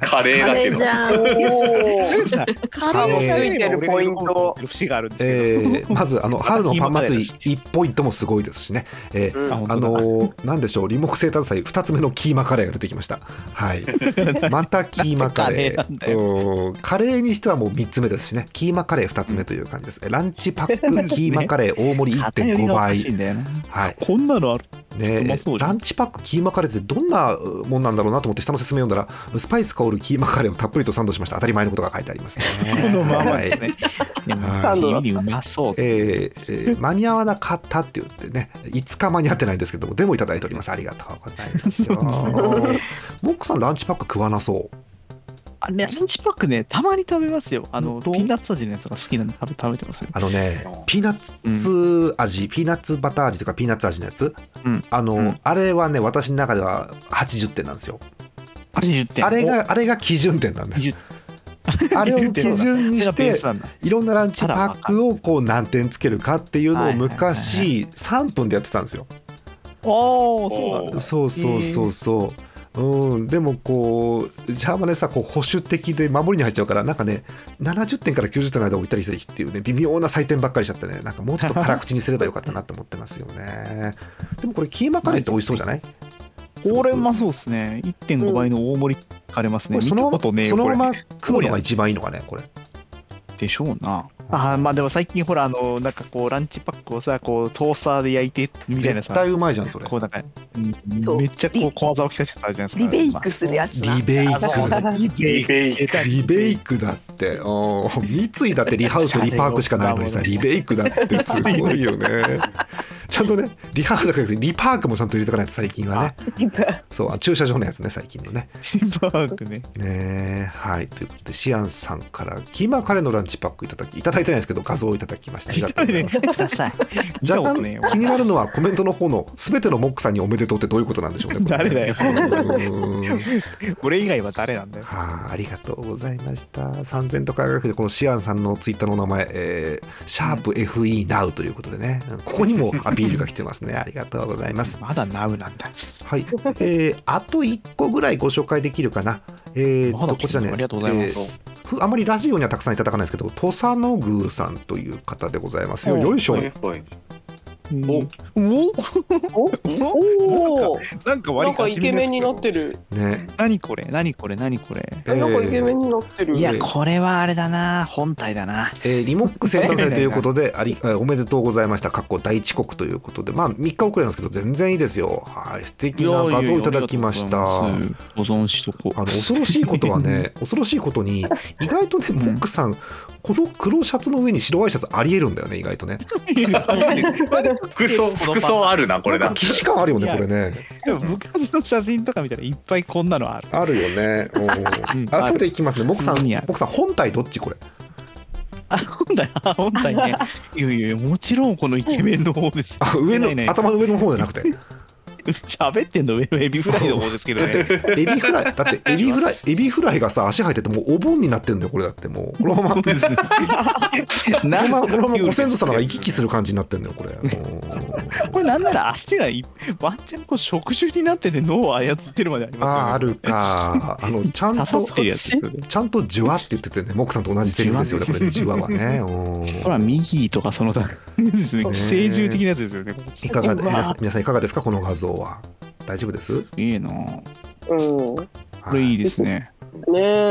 S6: カレー
S7: あ
S6: だ
S7: れ
S6: けど
S7: じゃん。
S4: カレーついてるポイント。
S3: 節があるんですけど、
S1: えーまずあ の春のパン祭り
S3: キーマカレーだ
S1: 1ポイントもすごいですしね、えー
S6: うん
S3: あ本
S1: あ
S3: 当だ
S1: のーなんでしょう、リモク生誕祭2つ目のキーマカレーが出てきました。 はい、またキーマカレ
S3: なんでカレ
S1: ーうんカレーにしてはもう3つ目ですしね、キーマカレー2つ目という感じです。えランチパックキーマカレー大盛り
S3: 偏り
S1: 1.5
S3: がおか
S1: 倍。
S3: しいんだよな
S1: はい
S3: こんなのある
S1: ね
S3: うまそうじゃん
S1: ランチパックキーマカレーってどんなうもんなんだろうなと思って下の説明を読んだらスパイス香るキーマカレーをたっぷりとサンドしました当たり前のことが書いてありますね。
S3: このまま
S1: はい
S3: ですね。でも
S1: はい
S4: サンドだ
S3: 地味にうまそう。
S1: えーえー間に合わなかったって言ってね5日間に合ってないんですけどもでもいただいておりますありがとうございます よモックさんランチパック食わなそ
S3: あね、ランチパックね、たまに食べますよ。あの、
S1: 本当
S3: ピーナッツ味のやつが好きなんで食べ食べてますよ
S1: う。あのねピーナッツ味、ピーナッツバター味とかピーナッツ味のやつ、
S3: うん
S1: あの、
S3: うん
S1: あれはね私の中では80点なんですよ
S3: 80点。
S1: あれがあれが基準点なんです
S3: 20
S1: あれを基準
S3: お、
S1: に
S3: それが
S1: し
S3: ベー
S1: て
S3: スなんだ。
S1: いろんなランチパックをこう何点つけるかっていうの
S3: は
S1: を
S3: いはいはいはい
S1: 昔3分でやってたんですよ
S3: おー、そうなんだ。
S1: そうそうそうそう。うん、でもこうジャーマネさこう保守的で守りに入っちゃうからなんかね70点から90点の間置いたりしたりっていうね微妙な採点ばっかりしちゃってねなんかもうちょっと辛口にすればよかったなと思ってますよねでもこれキーマカレーって美味しそうじゃない
S3: これうまそうですね。1.5倍の大盛りカレますね。
S1: これ
S3: 見
S1: そ
S3: た
S1: の
S3: ことねえよ
S1: その
S3: こ
S1: ま
S3: れ。
S1: ま食うのが一番いいのかねこれ
S3: でしょうな。あーまあでも最近ほら、あの、なんかこう、ランチパックをさ、こう、トースターで焼いてみたいな
S1: 絶
S3: さ。
S1: 対うまいじゃんそれ
S3: こうなんか、うん
S7: そう
S3: めっちゃこう小技を聞かせてたじゃないですか。
S7: リベイクするやつな
S1: リ。ベイク
S3: リベイク。
S1: リベイクだっておー三井だってリハウスとリパークしかないのに さリベイクだってすごいよねちゃんとねリハウスだけどリパークもちゃんと入れとかないと最近はねそうあ駐車場のやつね最近のね
S3: シンバークね。
S1: ねえはいということでシアンさんからキーマカレーのランチパックいただきいただいてないですけど画像をいただきましたありがとうございます
S3: ください。見たこ
S1: 若
S3: とね
S1: 干
S3: えよ
S1: 気になるのはコメントの方の全てのモックさんにおめでとうってどういうことなんでしょうねこれね
S3: 誰
S1: うーん
S3: 俺以外は誰なんだよ。
S1: はあ、ありがとうございました。3000と輝くで、このシアンさんのツイッターの名前、えー、シャープ FE Now ということでね、ここにもアピールが来てますね。 ありがとうございます。
S3: まだナウなんだ。
S1: はい。えー、あと1個ぐらいご紹介できるかな。えー
S3: まだ
S1: と、
S3: 来
S1: こ
S3: てる
S1: ちらね、
S3: ありがとうございます
S1: えーふあまりラジオにはたくさんいただかないですけど、土佐の宮さんという方でございますよ。
S3: お
S1: よいしょ
S6: は。いはい
S3: おお
S4: おおお。
S3: なんか
S4: な
S3: 割
S4: んかイケメンになってる。
S1: ね。
S3: 何これ何これ何これ
S1: えー
S4: なんかイケメンになってる。
S3: いや、これはあれだな。本体だな。
S1: えーリモック生誕祭ということでありえーおめでとうございました、かっこ大遅刻ということで、まあ、3日遅れなんですけど、全然いいですよ、はい素敵な画像をいただきました。
S2: 保
S1: あ
S2: 存しとこう
S1: の恐ろしいことはね、恐ろしいことに、意外とね、モックさん、この黒シャツの上に白ワイシャツありえるんだよね意外とね
S6: 服装服装あるなこれ
S1: なん
S6: な
S1: か既視感あるよね
S3: いや
S1: これね
S3: でも昔の写真とか見たらいっぱいこんなのある。
S1: あるよ ねうん
S3: うん
S1: 改めていきますねモクさん
S3: うんいや
S1: モクさん本体どっちこれ
S3: あ、本体、あ、本体ね。いやいやいや、もちろんこのイケメンの方です。
S1: あ上の
S3: ないない
S1: 頭の上の方じゃなくて
S3: 喋ってんの上のエビフライの方ですけどね。
S1: エビフライだってエビフライエビフライがさ足生えててもうお盆になってるんだよこれだってもうこのままこ
S3: な
S1: の
S3: ん
S1: ままこのままご先祖様が行き
S3: こ
S1: 来する感じになってんだよこれうん
S3: れなんなら足がいワンチャンこう触手になってて脳を操ってるまでありますよね。
S1: あーあるかあのちゃん
S3: 刺さ
S1: と
S3: ってるやつですよね。
S1: ちゃんと「ジュワ」って言っててねモクさんと同じセリフですよねこれ「ジュワ」はねうん
S3: ほら、ミギーとかその他ですね。
S1: ね
S3: 聖獣的なやつですよね。
S1: いかがで
S4: うわ
S1: 皆さん皆さんいかがですかこの画像は大丈夫です、
S3: いいなぁ
S4: うん。
S1: は
S3: これいい
S1: い
S3: ですね。
S4: ね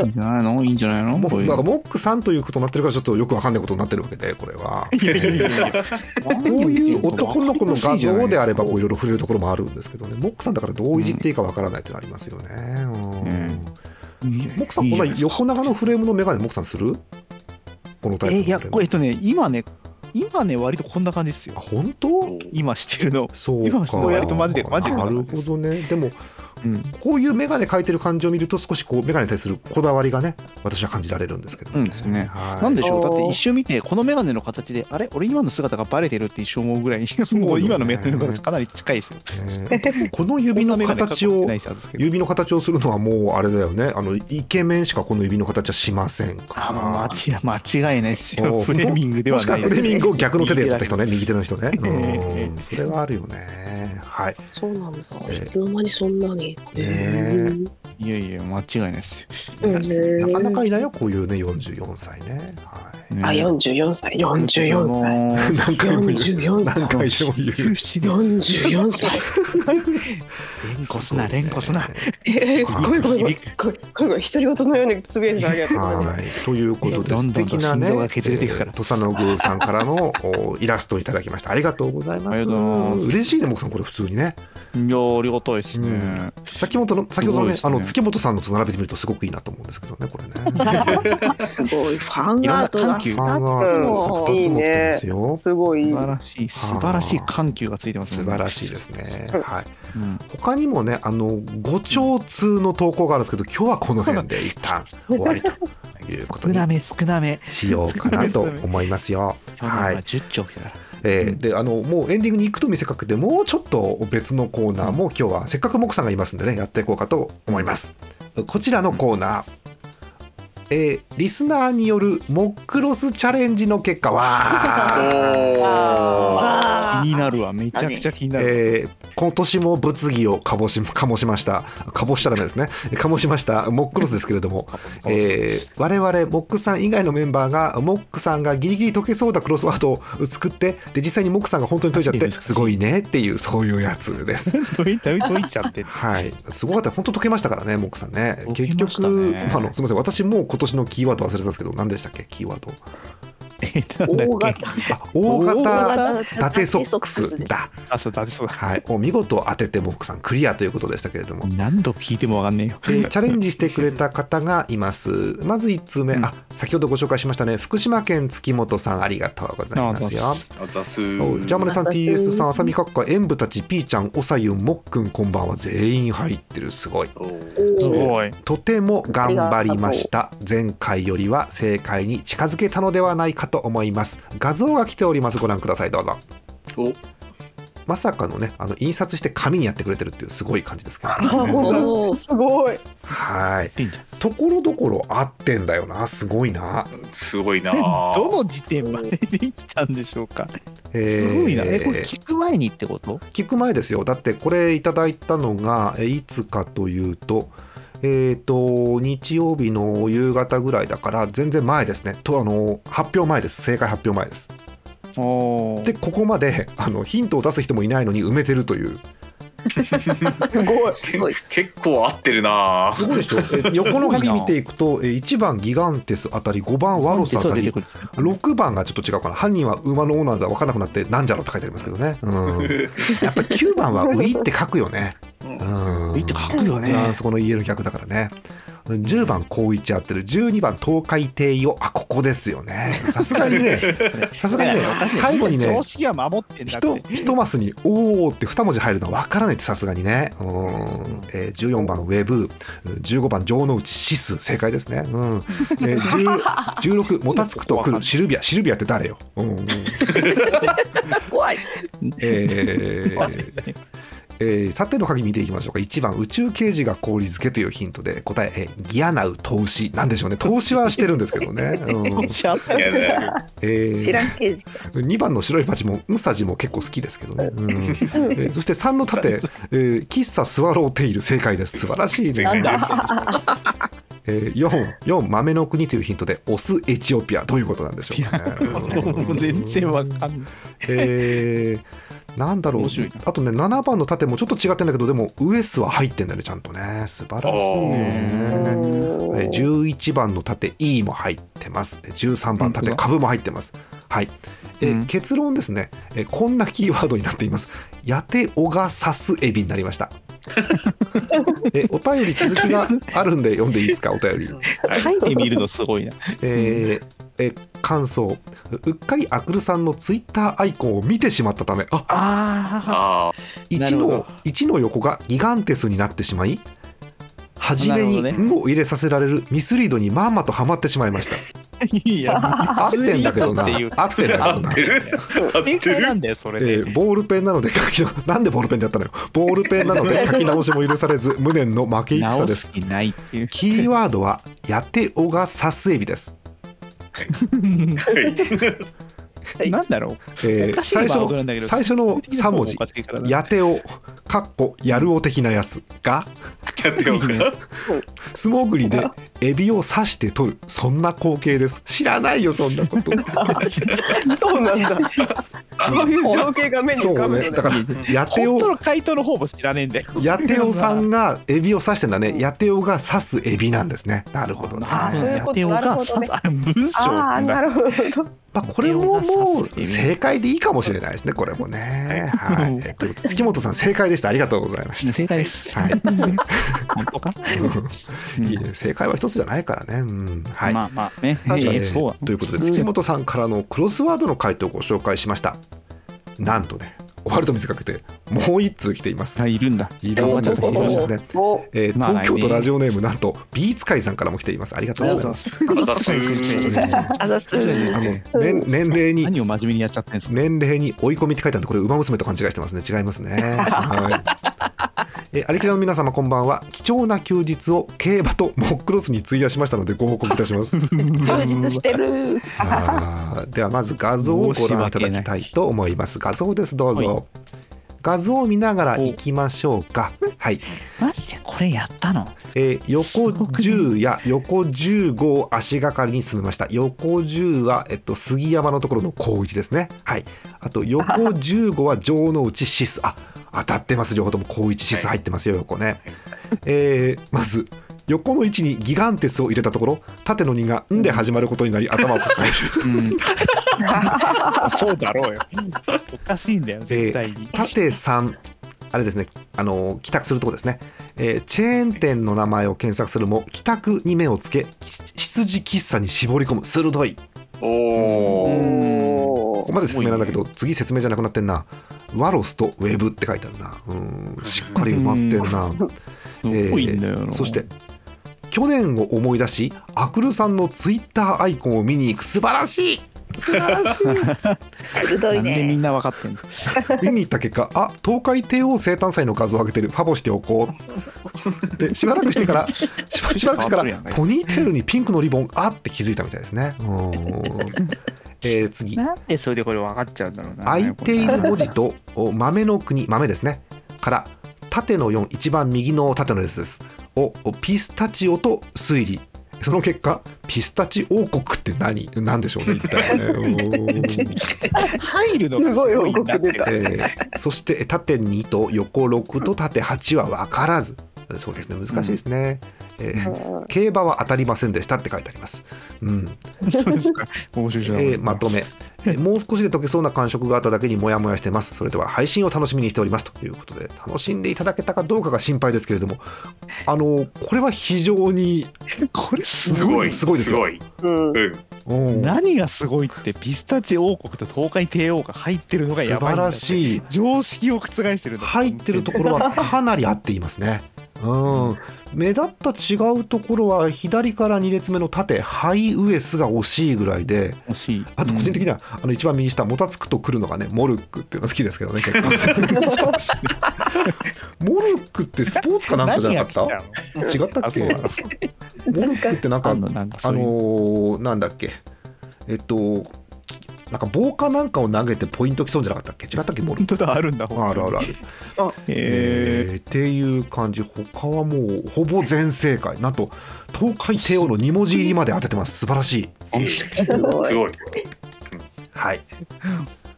S3: いいんじゃないのいいんじゃないの
S1: も
S3: こういう
S1: なんか
S3: の
S1: モックさんということになってるからちょっとよくわかんないことになってるわけでこれはこういう男の子の画像であればこういろいろ触れるところもあるんですけどねモックさんだからどういじっていいかわからないってのありますよね、うん
S3: うん
S1: モックさんこんな横長のフレームのメガネモックさんするこのタイプ
S3: え
S1: の
S3: いや
S1: フレーム
S3: これえっとね今ね今ね割とこんな感じですよ
S1: あ本当
S3: 今してるの
S1: そう
S3: 今
S1: か
S3: の人割とマジでマジで
S1: なるほどねでも
S3: うん
S1: こういうメガネ描いてる感じを見ると少しこうメガネに対するこだわりがね私は感じられるんですけど
S3: うんですね
S1: はい
S3: なんでしょうだ
S4: あー
S3: って一瞬見てこの眼鏡の形であれ俺今の姿がバレてるって一瞬思うぐらい
S1: よね
S3: もう今の眼鏡の形かなり近いですよ
S1: ねこの指の形を
S3: こんな眼鏡かっこつけない人なんですけど
S1: 指の形をするのはもうあれだよねあのイケメンしかこの指の形はしませんから
S3: あもう間違い間違いないですよ
S1: おー
S3: フレーミングで
S1: も
S3: は
S1: しくは
S3: ない
S1: フレーミングを逆の手でやった人ね右手の人ね
S3: え
S1: うんそれはあるよねはい
S4: そうなんだ。
S1: え
S4: いつの間にそんなに。
S1: え
S3: いやいや間違いないですよ
S4: うんうん
S1: なかなかいないよこういうね44歳ねはい
S3: ね
S4: あ、44歳、44歳。
S3: あのー
S1: 何回も言う
S4: 44歳。
S1: 何回でも言う
S4: 44歳。
S3: 連呼すな連呼すな
S4: えー、ごめんごめんごめん。 ごめんごめんごめん。独り言のようにつぶやいてただけだったごめんごめん。
S1: はい、ということで
S3: ど
S1: 素
S3: んどん
S1: 敵なね、
S3: 心臓が削れていくから
S1: えー土佐の宮さんからのおイラストをいただきました。ありがとうございます。
S3: ありがとうございます
S1: 嬉しいね、僕さん、これ普通にね。
S3: いやありがたいですね、
S1: うん先ほどの、先ほどの
S3: すごい
S1: ね、
S3: ですね
S1: あの月本さんのと並べてみると、すごくいいなと思うんですけどね、これね。
S4: すごい。ファ
S3: いろんな緩急
S1: ファンアートが二つも来てますよ。
S4: すごい
S3: 素晴らしい素晴らしい緩急がついてます
S1: 素
S3: ね
S1: 晴らしいですね。はい、
S3: うん
S1: 他にもね、あのご長通の投稿があるんですけど、今日はこの辺で一旦終わりということ
S3: 少
S1: に
S3: なめ少なめ
S1: しようかなと思いますよ。
S3: 去年
S1: は。
S3: はい10兆来たから、
S1: えー
S3: うん
S1: であのもうエンディングに行くと見せかけてもうちょっと別のコーナーも今日はせっかくモクさんがいますんでねやっていこうかと思いますこちらのコーナー、えーリスナーによるモックロスチャレンジの結果 は、
S6: お
S3: 気になるわめちゃくちゃ気になる、
S1: えー今年も物議をかぼしかもしましたかぼしちゃダメですねかもしましたモックロスですけれど もえー我々モックさん以外のメンバーがモックさんがギリギリ解けそうなクロスワードを作ってで実際にモックさんが本当に解いちゃってすごいねっていうそういうやつです。
S3: 解いた解いちゃってる
S1: はい、すごかった本当解けましたからねモックさんね
S3: 解けま
S1: 結
S3: したね
S1: 局、あ、のすみません私もう今年のキーワード忘れたんですけど何でしたっけキーワード
S3: なんだっけ
S4: 大型。
S1: あ大型
S7: 型
S1: 伊達ソックスだ、
S3: あそうだめそうだ
S1: はい、お見事当ててモックさんクリアということでしたけれども
S3: 何度聞いてもわかんねえよ
S1: でチャレンジしてくれた方がいます。まず1通目、あ先ほどご紹介しましたね、福島県月本さん、ありがとうございますよ
S3: あ。
S6: あざす
S1: おジャムネさん、
S4: あざっす
S1: TS さん、あさみかっか、演舞たち、ピーちゃん、おさゆん、もっくん、こんばんは、全員入ってる、すごい。
S6: おー
S3: す
S4: おー
S3: ごい
S1: とても頑張りました。前回よりは正解に近づけたのではないかと思います。画像が来ております、ご覧ください、どうぞ。
S6: お
S1: まさかのね、あの印刷して紙にやってくれてるっていう、すごい感じですけど、 ね。
S4: おーすごい。
S1: はい
S3: いいんじゃ。
S1: ところどころ合ってんだよな、すごいな。
S6: すごいなー
S3: どの時点までできたんでしょうか
S1: え
S3: す
S1: ー
S3: ごいなえこれ聞く前にってこと
S1: 聞く前ですよだってこれいただいたのがえいつかというとえー、と日曜日の夕方ぐらいだから全然前ですねとあの発表前です正解発表前です
S3: お
S1: でここまであのヒントを出す人もいないのに埋めてるという
S4: すごい。
S6: け結構合ってるな
S1: すごいでしょえ横の鍵見ていくとえ1番ギガンテスあたり5番ワロスあたり6番がちょっと違うかな犯人は馬のオーナーだ分からなくなってなんじゃろって書いてありますけどね、うん、やっぱり9番はウィって書くよね、うん、
S3: いって書くよね
S1: フランス語の家の客だからね。 10番高一やってる12番東海帝をあここですよねさすがに ねさすがにね最後にね
S3: 常識は守ってんだって
S1: 一一マスに「おー」って2文字入るのは分からないってさすがにね、うんえー、14番ウェブ15番城之内シス正解ですね、うんえー10 16もたつくと来るシルビアシルビアって誰よ、うんうん
S7: 怖い。
S1: えーえー縦の鍵見ていきましょうか1番宇宙刑事が氷漬けというヒントで答ええーギアナウ投資なんでしょうね投資はしてるんですけどね、うん
S3: しゃあない
S6: いやいや
S1: え
S7: 知ら
S1: ー、
S7: ん刑事か。
S1: 2番の白いパチもウサジも結構好きですけどね、うんえーそして3の盾、えー喫茶スワローテイル正解です素晴らしいね
S6: なんだ
S1: えー、4, 4豆の国というヒントでオスエチオピアどういうことなんでしょうかね
S3: もう 全然わかんない。
S1: えー、なんだろう
S3: 面白いな
S1: あとね7番の盾もちょっと違ってんだけどでもウエスは入ってんだよねちゃんとね素晴らしいねえー11番の盾 E も入ってます13番盾株も入ってますはい、えー
S3: うん
S1: 結論ですね、えーこんなキーワードになっていますやておがさすエビになりましたえーお便り続きがあるんで読んでいいですかお便り
S3: 書いてみるのすごいな。
S1: えーえー感想うっかりアクルさんのツイッターアイコンを見てしまったためあ
S3: あ
S6: あ
S1: 1
S3: なる
S1: の
S3: ほ
S1: 一の横がギガンテスになってしまい初めに「
S3: なるほど
S1: ん」を入れさせられるミスリードにまんまとハマってしまいました
S3: あ、いや、
S1: 合ってんだけどな
S3: ミスリードっていう
S1: 合ってんだけど
S6: あ合
S1: な
S6: ってる合っ
S3: 正
S6: て
S3: 解
S6: る
S3: なんだよ、それ
S1: え
S3: で。
S1: ーボールペンなので書き直 なんでボールペンだったのよボールペンなの で書き直しも許されず無念の負け戦
S2: 直
S1: です
S2: す気ないっていう。
S1: キーワードは「やておがさすエビ」です
S3: なんだろう。
S1: えー
S3: おかしい
S1: 最初
S3: ワードなんだけ
S1: の
S3: ど
S1: 最初の3文字
S3: おかし いから
S1: 「
S3: な
S1: やてお」「かっこやるお」的なやつが
S6: やってよか
S1: 素潜りでエビを刺して取るそんな光景です知らないよそんなこと
S4: そうなんだ。そういう情景が目に
S1: そ
S4: 浮か
S1: う
S4: ぶ
S1: ね
S4: ん
S1: だか
S4: だ。
S1: らやて
S3: 本当
S1: お
S3: の回答の方も知らねえんだよ。
S1: やておさんがエビを刺してんだねやておが刺すエビなんですねなるほどね
S4: あーそういうこと
S3: やてお母さん
S4: なるほどね
S3: あ文章
S4: ああ、なるほど。
S1: まあ、これもも
S2: 手を出させてみる
S1: う正解でいいかもしれないですねこれもねはい、えーということで月本さん正解でしたありがとうございました
S2: 正解です。
S1: はい
S2: 本当か、
S1: いいね正解は一つじゃないからねうんはい、
S2: まあまあね。
S1: え
S2: えーそうは
S1: ーということで月本さんからのクロスワードの回答をご紹介しましたなんとね終わると見せかけてもう一通来ています
S2: あいるんだ。
S1: いろんなところですね。えー
S2: まあ
S1: 東京都ラジオネームなんとビーツ会さんからも来ています。ありがとうございます。
S6: ったす
S7: あざす。
S1: あの年年齢に
S2: 何を真面目にやっちゃってんですか
S1: 年齢に追い込みって書いてあるんでこれ馬娘と勘違いしてますね違いますねはいえアリキラの皆様こんばんは貴重な休日を競馬とモックロスに費やしましたのでご報告いたします
S7: 充実してる。
S1: あーではまず画像をご覧いただきたいと思います画像ですどうぞ、画像を見ながらいきましょうかはい
S2: マジでこれやったの
S1: えー横10や横15を足がかりに進めました横10は、えっと、杉山のところの高一ですねはいあと横15は城之内シスあ当たってます両方とも高一シス入ってますよ横ね、えーまず横の位置にギガンテスを入れたところ縦の2が「ん」で始まることになり頭を抱える
S3: そうだろうよ。おかしいんだよ、絶対に。
S1: 縦3あれですねあのー帰宅するとこですね、えーチェーン店の名前を検索するも帰宅に目をつけき羊喫茶に絞り込む鋭い
S6: おお
S1: ここまで説明なんだけど、次説明じゃなくなってんなワロスとウェブって書いてあるなうんしっかり埋まってるな、
S2: すごいんだよな、
S1: そして去年を思い出しアクルさんのツイッターアイコンを見に行く素晴らしい素晴らしい
S7: 鋭
S2: ないんでみ
S7: ね。
S2: んな分かってんの
S1: 見に行った結果あ東海帝王生誕祭の画像を上げてるファボしておこうでしばらくしてからしばしばらくしてからポニーテールにピンクのリボンあって気づいたみたいですねうん、えー次
S2: なんでそれでこれ分かっちゃうんだろうな
S1: 空いている文字とお豆の国豆ですねから縦の4一番右の縦の列ですをおピスタチオと推理その結果ピスタチ王国って何なんでしょうね一体ねうん
S3: 入るのが
S4: すごい王国
S3: んだって
S4: 出た。
S1: えーそして縦2と横6と縦8は分からずそうですね難しいですね、えー
S4: うん
S1: 競馬は当たりませんでしたって書いてあります。うん
S3: そうですか。面白いじゃん。
S1: えーまとめ、えーもう少しで解けそうな感触があっただけにモヤモヤしてます。それでは配信を楽しみにしておりますということで、楽しんでいただけたかどうかが心配ですけれども、あのこれは非常に、
S3: これす
S6: すごい
S1: すごいですよ
S6: い
S4: うん
S6: うん
S1: うん
S3: 何がすごいってピスタチ王国と東海帝王が入ってるの
S1: 素
S3: がやばい
S1: 晴
S3: んだ
S1: らしい。
S3: 常識を覆してるんだ
S1: 入ってるところはかなり合っていますね。うん、目立った違うところは左から2列目の縦ハイウエスが惜しいぐらいで
S3: 欲しい
S1: あと個人的には、あの一番右下もたつくと来るのがねモルックっていうの好きですけどね結構モルックってスポーツかなんかじゃなかった違ったっけモルックってなんか
S3: あ
S1: あ
S3: の
S1: の
S3: なんかそういう
S1: ーなんだっけえっとなんか棒かなんかを投げてポイント競うんじゃなかったっけ違ったっけモル
S3: 本
S1: ック
S3: 当だあるんだ
S1: あるあるある
S3: え
S1: えーっていう感じ他はもうほぼ全正解なんと東海帝王の2文字入りまで当ててます素晴らしい
S6: す
S7: すごい
S6: ごい
S1: はい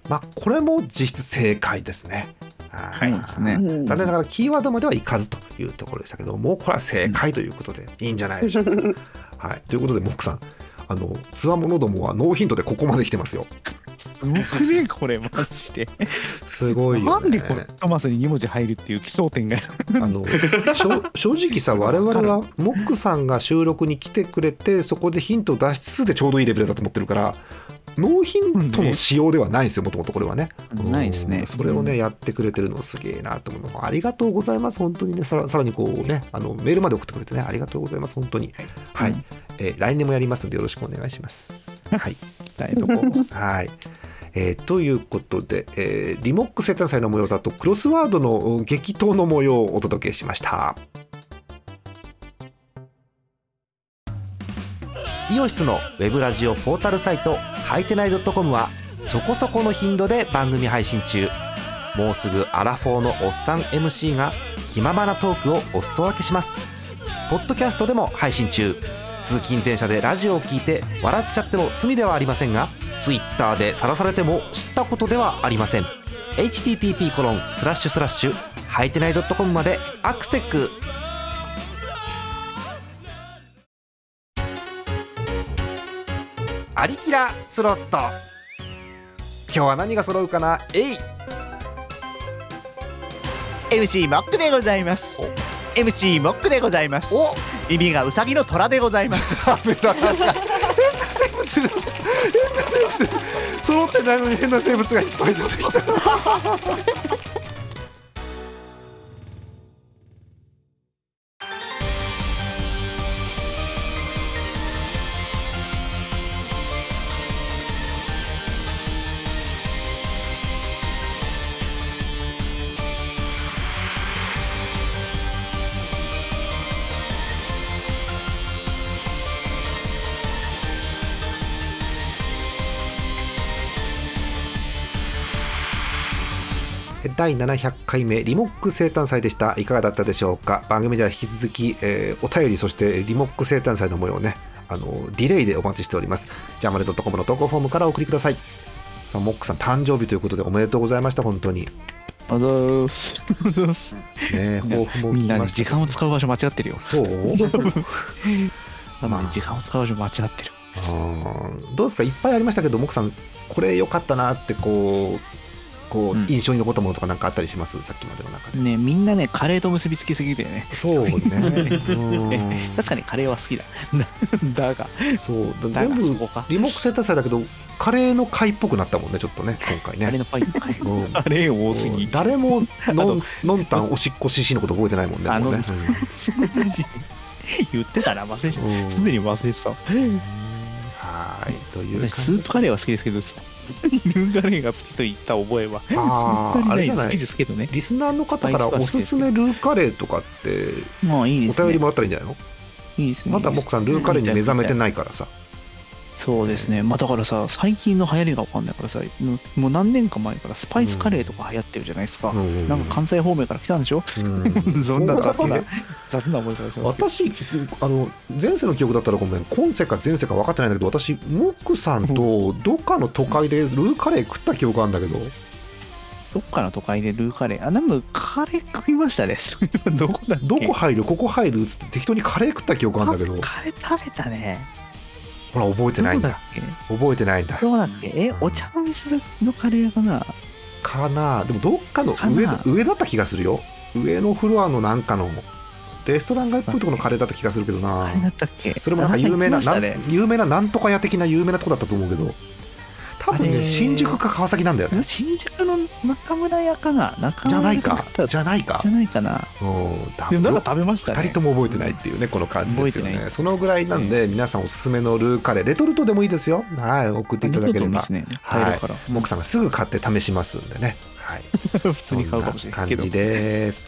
S1: まあこれも実質正解ですねは
S3: はいですね
S4: うん
S1: 残念ながらキーワードまではいかずというところでしたけどもうこれは正解ということでいいんじゃないでしょうか、はい、ということでモックさんあのつわものどもはノーヒントでここまで来てますよ
S3: すごくねこれマジです
S1: ごいよ、ね、
S3: なんでこれトマスに2文字入るっていう奇想天が
S1: あのしょ正直さ我々はモックさんが収録に来てくれてそこでヒントを出しつつでちょうどいいレベルだと思ってるからノーヒントの使用ではないんですよもともとこれはね。
S3: うんないですね
S1: うんそれをねやってくれてるのすげえなと思うのありがとうございます本当にねさらさらにこうねあのメールまで送ってくれてねありがとうございます本当にはい、えー来年もやりますのでよろしくお願いします。はい
S3: たいとこ
S1: はい。えーということで、えーリモック生誕祭の模様だとクロスワードの激闘の模様をお届けしました
S10: イオシスのウェブラジオポータルサイトハイテナイドットコムはそこそこの頻度で番組配信中もうすぐアラフォーのおっさん MC が気ままなトークをお裾分けしますポッドキャストでも配信中通勤電車でラジオを聞いて笑っちゃっても罪ではありませんが Twitter で晒されても知ったことではありません http コロンスラッシュスラッシュハイテナイドットコムまでアクセックアリキラスロット今日は何が揃うかなえい
S11: MC モックでございます MC モックでございます
S10: お
S11: 耳がウサギの虎でございます
S10: ダメだ変な生物だ変な生物揃ってないのに変な生物がいっぱい出てきた
S1: 第700回目リモック生誕祭でしたいかがだったでしょうか番組では引き続き、えーお便りそしてリモック生誕祭の模様をねあのディレイでお待ちしておりますジャマルドットコムの投稿フォームからお送りくださいさあモックさん誕生日ということでおめでとうございました本当にね
S3: あざー すあざーす
S1: え抱負も
S3: みん
S1: 聞
S3: な
S1: き
S3: ね
S1: まし
S3: 時
S1: た
S3: 間を使う場所間違ってるよ
S1: そう う
S3: なのに時間を使う場所間違ってる
S1: んどうですかいっぱいありましたけどモックさんこれ良かったなってこうこう、
S3: うん
S1: 印象に残ったものとかなんかあったりしますさっきまでの中で、
S3: ねみんなねカレーと結びつきすぎてね
S1: そうねうん
S3: 確かにカレーは好きだ だが
S1: そうだ
S3: だ
S1: 全
S3: がそ
S1: 部
S3: こか
S1: リモックセンター祭だけどカレーの会っぽくなったもんねちょっとね今回
S3: カレー
S1: ね
S3: のパイプカレ
S1: うん
S3: ーカレー多すぎ
S1: 誰ものんのんたんおしっこししのこと覚えてないもんね
S3: あ
S1: もうね
S3: の 言ってたな忘れちゃっ
S1: うん
S3: たすでに忘れてた
S1: はーいという
S3: 私スープカレーは好きですけど犬カレーが好きと言った覚えは
S1: ーあ ーあれじゃ
S3: 好
S1: な
S3: き
S1: い
S3: ですけどね
S1: リスナーの方からおすすめルーカレーとかって
S3: まあいいで
S1: お
S3: す
S1: 便り
S3: ね
S1: もらったらいいんじゃないの
S3: いいですね
S1: まだ僕さんルーカレーに目覚めてないからさ
S3: そうですねまあだからさ最近の流行りが分かんないからさもうもう何年か前からスパイスカレーとか流行ってるじゃないですか、
S1: な
S3: なんか関西方面から来たんでしょ、 そんな雑な雑な思い方します
S1: 私あの前世の記憶だったらごめん今世か前世か分かってないんだけど私モックさんとどっかの都会でルーカレー食った記憶あるんだけど
S3: どっかの都会でルーカレー。あ、でもカレー食いましたね。 そういえばどこだっけ
S1: どこ入るここ入るっつって適当にカレー食った記憶あるんだけど
S3: カレー食べたね。
S1: ほら覚えてないん
S3: どこ
S1: だ
S3: っけ
S1: 覚えてないんだ
S3: どうだっ けえ、お茶の水のカレーかな
S1: かなでもどっかの
S3: か
S1: 上
S3: な
S1: だ上だった気がするよ上のフロアのなんかのレストラン街っぽいところのカレーだった気がするけどな
S3: あれだったっけ
S1: それもなんか有名な
S3: あんま
S1: な
S3: り行きました
S1: ん
S3: ね
S1: 有名ななんとか屋的な有名なとこだったと思うけど多分
S3: あ
S1: ね
S3: れ
S1: 新宿か川崎なんだよね
S3: 新宿の中村屋かな中
S1: じゃ
S3: 村
S1: な
S3: 屋
S1: いか
S3: だった
S1: じゃないか
S3: じゃないかな。
S1: うん多
S3: でもなん
S1: 分
S3: か食べました
S1: 2人
S3: ね。
S1: とも覚えてないっていうねこの感じですよ
S3: 覚えて
S1: ねそのぐらいなんで皆さんおすすめのルーカレーレトルトでもいいですよはい送っていただければ
S3: ですね。
S1: はい
S3: 買えるから。
S1: モクさんがすぐ買って試しますんでねはい
S3: 普通に買うかもしれないけど
S1: そん。な感じです。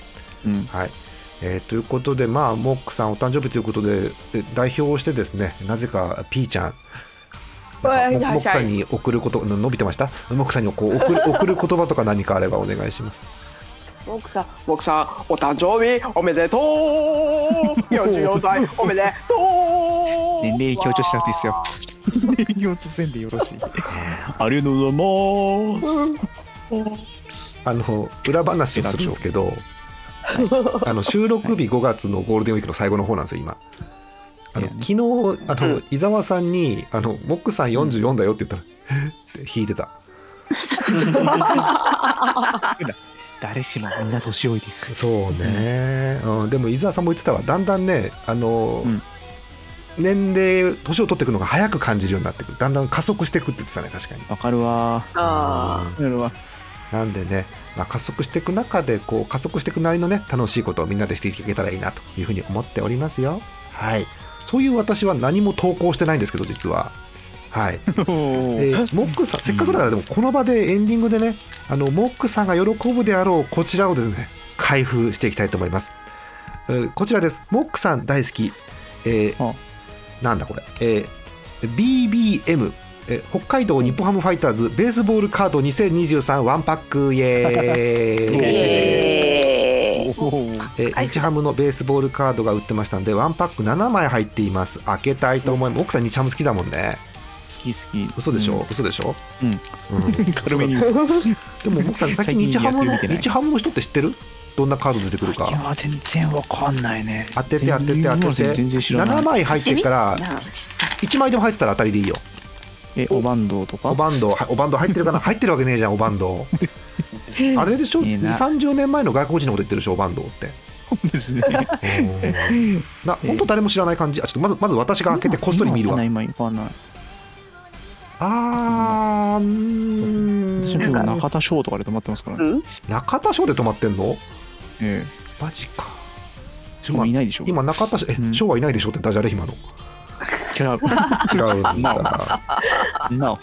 S3: うん
S1: はいえーということで、まあ、モックさんお誕生日ということでで代表をしてですねなぜか P ちゃん
S12: はいはい
S1: モックさんに送ること伸びてましたモックさんにこう 送る送る言葉とか何かあればお願いします
S12: 僕さん、僕さん、お誕生日おめでとう !44 歳おめでとう
S13: 年齢強調しなくていいですよ。年齢強調せんでよろしい。ありがとうございます。
S1: あの裏話をするんですけど、はいあの収録日5月のゴールデンウィークの最後の方なんですよ今あの昨日あの、伊沢さんにあの「モックさん44だよ」って言ったら「えっ?」って引いてた
S13: 誰しもみんな年老いていく。
S1: そうね、うん、でも伊沢さんも言ってたわだんだんねあの、年齢年を取っていくのが早く感じるようになってくるだんだん加速していくって言ってたね確かに
S3: わかるわ。
S12: あ
S3: なるわ。
S1: なんでね、まあ、加速していく中でこう加速していくなりのね楽しいことをみんなでしていけたらいいなというふうに思っておりますよはいそういう私は何も投稿してないんですけど実ははいえーモックさんせっかくだからでもこの場でエンディングでねあのモックさんが喜ぶであろうこちらをですね開封していきたいと思います、えーこちらですモックさん大好き、えー
S3: あ
S1: なんだこれ、えー BBM えー北海道日本ハムファイターズベースボールカード2023ワンパックイ エーイ
S4: えー
S1: えー日ハムのベースボールカードが売ってましたんでワンパック7枚入っています開けたいと思います奥さん日ハム好きだもんね
S3: 好き好き。
S1: 嘘でしょ、嘘でしょ、うん、
S3: 軽めに。
S1: でも僕さん最近日ハムの日ハムの人って知ってるどんなカード出てくる
S3: い
S1: か
S3: や、全然わかんないね。
S1: 当てて当てて当てて
S3: 全然知らな
S1: 7
S3: い。
S1: 枚入ってるから
S4: な
S1: 1枚でも入ってたら当たりでいいよ
S3: え、おバンドとか
S1: お。バンドはおバンド入ってるかな入ってるわけねえじゃんおバン ドあれでしょ
S3: いい
S1: 2
S3: な
S1: 3 0年前の外国人のこと言ってるでしょおバンドって
S3: ですね。
S1: な本当誰も知らない感じあちょっとまずまず私が開けてこっそり見るわ
S3: 今わかんない。
S1: あーう
S3: 私
S1: ーん
S3: も今中田翔とかで止まってますからね。
S4: うん
S1: 中田翔で止まってんの
S3: ええ。
S1: マジか
S3: 翔もいないでしょ。
S1: 今中田翔え
S3: うん
S1: 翔はいないでしょってダジャレ今の
S3: 違 う。
S1: 違うんだ
S3: なお、なお。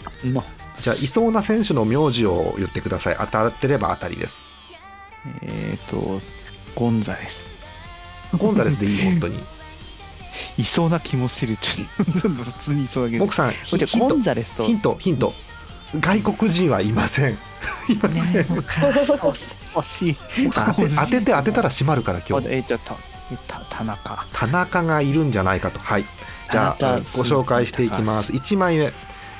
S1: じゃあいそうな選手の名字を言ってください当たってれば当たりです
S3: えっと、ゴンザレス。
S1: ゴンザレスでいい本当に
S3: いそうな気もする。ちょっと普通にいそうだけど。
S1: 奥さんヒ
S3: じゃあ
S1: ヒン
S3: ゴ
S1: ト
S3: ンザレスと
S1: ヒントヒント外国人はいませんいません
S3: 惜しい。
S1: 奥さん当て当てて当てたら閉まるから今
S3: あ
S1: 日
S3: えっとたた田中。
S1: 田中がいるんじゃないかとはいじゃあ
S3: 田中
S1: うんご紹介していきます1枚目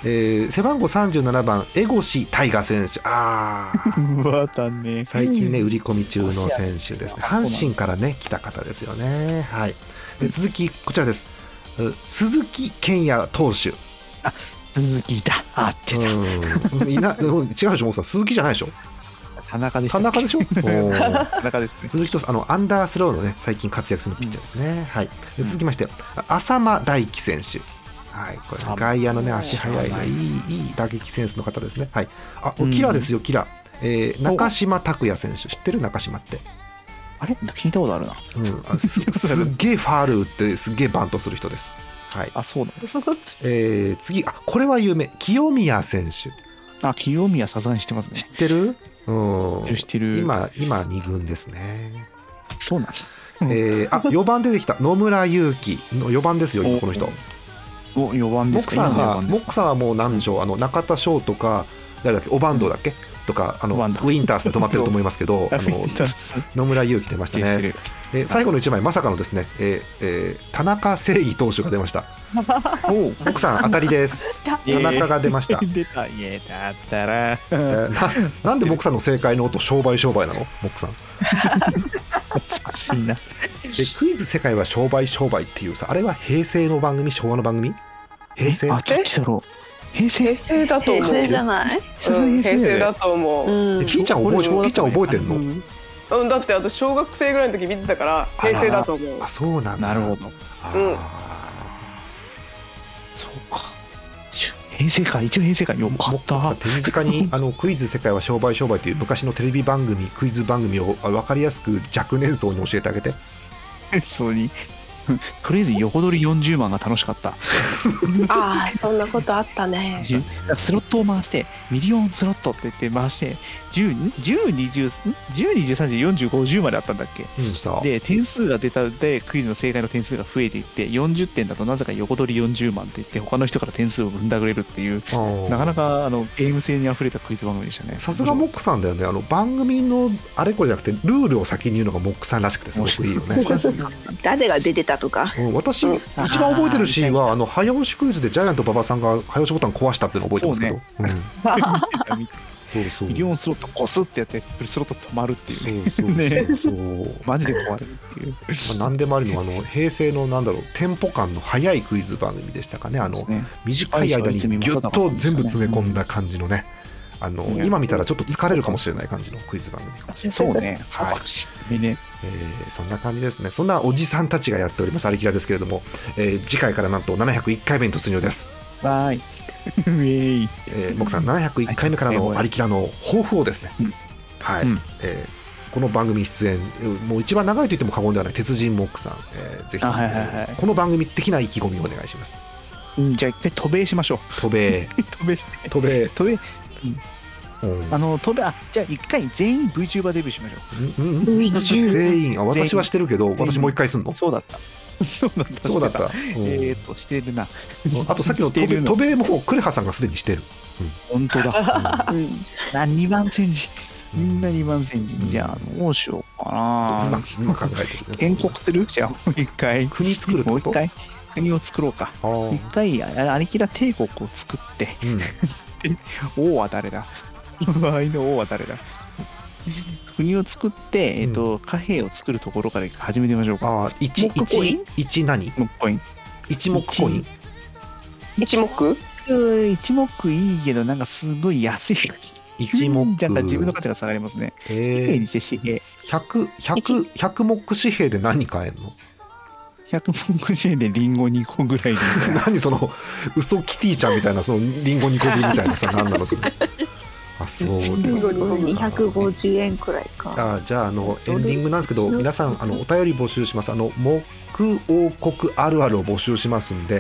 S1: えー背番号37番江越大河選手あ ー
S3: うわだね。
S1: 最近ね売り込み中の選手ですね阪神からね来た方ですよねはいえー続きこちらですう鈴木健也投手
S3: 鈴木だ。あってた。
S1: うん、いなうん違うでしょ、もうさん、鈴木じゃないでしょ、
S3: 田中でした
S1: 田
S3: っ
S1: 中
S3: け。
S1: で しょ、お ー
S3: 田中ですね。
S1: 鈴木とあのアンダースローのね、最近活躍するピッチャーですね、はい、で続きまして、あ浅間大輝選手、はい、これ、
S3: 浅間
S1: 外野のね、足早いの、いい、いい打撃センスの方ですね、はい、あ
S3: うん
S1: キラですよ、キラ、えー中島拓也選手、知ってる、中島って、
S3: あれ聞いたことあるな。
S1: うん、あ すすっげえファール打って、すっげえバントする人です。はい
S3: あそうな
S1: えー次あ、これは有名、清宮選手、
S3: の。あ清宮サザンしてますね
S1: 知。ってる、うん、
S3: 知ってる。
S1: 今今二軍ですね。
S3: そうなんだ。
S1: えー、あ4番 出てきた野村祐希の4番ですよ今この人。
S3: お四番で
S1: モ
S3: す
S1: ク
S3: か。
S1: さんが
S3: 今の四番で
S1: モ
S3: す
S1: クさんはもう何でしょうあの中田翔とか誰だっけオバンドだっけ、とかあのウ
S3: ワンダ
S1: ィンタースで止まってると思いますけ どあ
S3: あ
S1: の野村勇輝出ました
S3: して
S1: ね
S3: る。
S1: えー最後の1枚まさかのですね、えーえー田中正義投手が出ました
S3: おう
S1: 奥さん当たり です田中が出ました、
S3: 出た。いや、だったら、
S1: えーななんでモクさんの正解の音商売商売なのモクさん
S3: 懐かしいな。
S1: でクイズ世界は商売商売っていうさあれは平成の番組昭和の番組平成
S3: あ、どっちだろう。平成
S4: 平成だと
S7: 平
S4: 思う、う
S7: 成じゃ
S4: ん
S7: ない
S4: 平成だと思う、
S1: え
S7: うん
S1: ピーちゃん覚えて
S3: これ
S1: ピーちゃん覚えてんの、
S3: うん
S4: うん、だってあと小学生ぐらいの時見てたから平成だと思う
S1: あそうなんだ
S3: なるほど。
S1: あ
S4: うん
S3: そうか。しゅ平成か、一応平成か。よかっ
S1: さ
S3: た。
S1: 手短 にあのクイズ世界は商売商売という昔のテレビ番組クイズ番組をあ分かりやすく若年層に教えてあげて
S3: そうに。とりあえず横取り40万が楽しかった。
S14: ああそんなことあったね
S3: じゅスロットを回して、ミリオンスロットって言って回して、10、10、20、10、20、30、40、50まであったんだっけ
S1: うんさ
S3: で、点数が出たので、クイズの正解の点数が増えていって、40点だとなぜか横取り40万って言って、他の人から点数をぶん殴れるっていう、
S1: うん
S3: なかなかあのゲーム性に溢れたクイズ番組でしたね。
S1: さすがモックさんだよねあの番組のあれこれじゃなくてルールを先に言うのがモックさんらしくてすごくいいよね
S7: 誰が出てたとか
S1: うん私、一番覚えてるシーンはあの早押しクイズでジャイアント馬場さんが早押しボタン壊したっていうの覚えてますけどそう,、ん、そうそう
S3: ミリオンスロットこすってやって、フルスロット止まるっていうね。
S1: そうそうそうそう
S3: マジで怖いっていう。
S1: まあ、何でもありのあの平成のなんだろうテンポ感の速いクイズ番組でしたかねあの
S3: ね
S1: 短い間にギュッと全部詰め込んだ感じのねあの
S3: うん
S1: 今見たらちょっと疲れるかもしれない感じのクイズ番組かもしれない、
S3: そうね。
S1: はい
S3: そうかもしれないね。
S1: えーそんな感じですねそんなおじさんたちがやっておりますありきらですけれども、えー次回からなんと701回目に突入です
S3: わーい。 ウェイ。
S1: えー、僕さん701回目からのありきらの抱負をですね、
S3: うん
S1: はい、
S3: うん
S1: えーこの番組出演もう一番長いと言っても過言ではない鉄人モックさん、えーぜひ、
S3: あはいはいはい
S1: この番組的な意気込みをお願いします
S3: うんじゃあ一回渡米しましょ
S1: 渡米
S3: う。 渡米して。
S1: 渡米
S3: 渡米、
S1: うん
S3: あの、渡米、あ、じゃあ一回全員 VTuber デビューしましょ
S1: うんうん全員あ私はしてるけど
S3: 員
S1: 私もう一回すんの
S3: う。そうだった。 そうだった。
S1: そうだった、うん
S3: えーっと、してるな。
S1: あとさっきの
S3: して
S1: 渡
S3: る
S1: 米渡米もクレハさんがすでにしてる、
S3: 本当だ。
S7: うん
S3: な、2番煎じ。みんな2番煎じ
S1: う。ん
S3: じゃあ、どうしようかな
S1: 今。今考えてるんです
S3: 建国するじゃあ、もう一回。
S1: 国作るって
S3: も
S1: こ
S3: う一
S1: と
S3: 回、国を作ろうか。
S1: あー
S3: 一回、あありきら帝国を作って、
S1: うん
S3: 王は誰だ場合の王は誰だ国を作って、えっと貨幣を作るところから始めてみましょうか。
S1: あー一
S3: 木コイン
S1: 一一何
S3: もうコイン
S1: 一目コイン
S4: 一目
S3: うー一目いいけど、なんかすごい安い感じ。
S1: 一目
S3: じゃなんか自分の価値が下がりますね。
S1: え
S3: 紙
S1: ー
S3: 幣にして紙幣、
S1: 100 100 100モック紙幣で何買えんの
S3: 100文字でリンゴ2個ぐらいで。
S1: 何その嘘キティちゃんみたいなそのリンゴ2個分みたいなさ何なのそれあそうですか
S7: 250円くらいか
S1: あじゃああのエンディングなんですけど皆さんあのお便り募集しますあのモック王国あるあるを募集しますんで、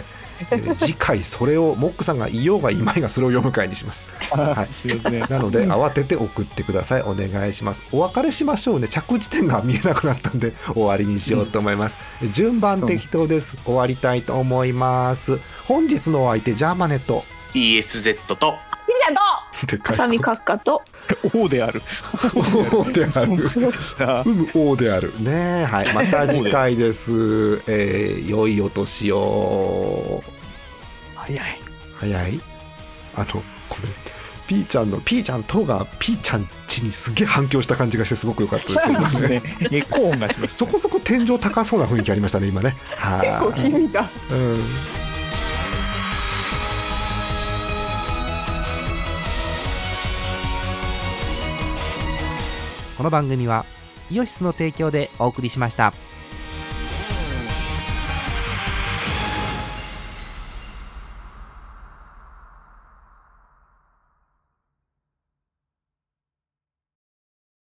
S1: えー次回それをモックさんがいようがいまいがそれを読む会にします、はい、
S3: すいません。
S1: なので慌てて送ってくださいお願いしますお別れしましょうね着地点が見えなくなったん で終わりにしようと思います順番適当です終わりたいと思います本日のお相手ジャーマネと
S6: ESZ と
S7: みんな
S1: で
S7: と
S1: か
S7: 浅見
S1: い
S7: 閣下と
S3: 王で ある。
S1: 王である
S3: そうでした。
S1: うむ王であるねはいまた次回ですえー、良いお年を
S3: 早い。
S1: 早いあのこれピーちゃんのピーちゃんとがピーちゃんちにすげえ反響した感じがしてすごく良かったですけど
S3: そうですね。エコー音がしました。
S1: そこそこ天井高そうな雰囲気ありましたね、今ね。
S4: 結構
S1: は
S4: 君が
S1: い。うん
S5: この番組はイオシスの提供でお送りしました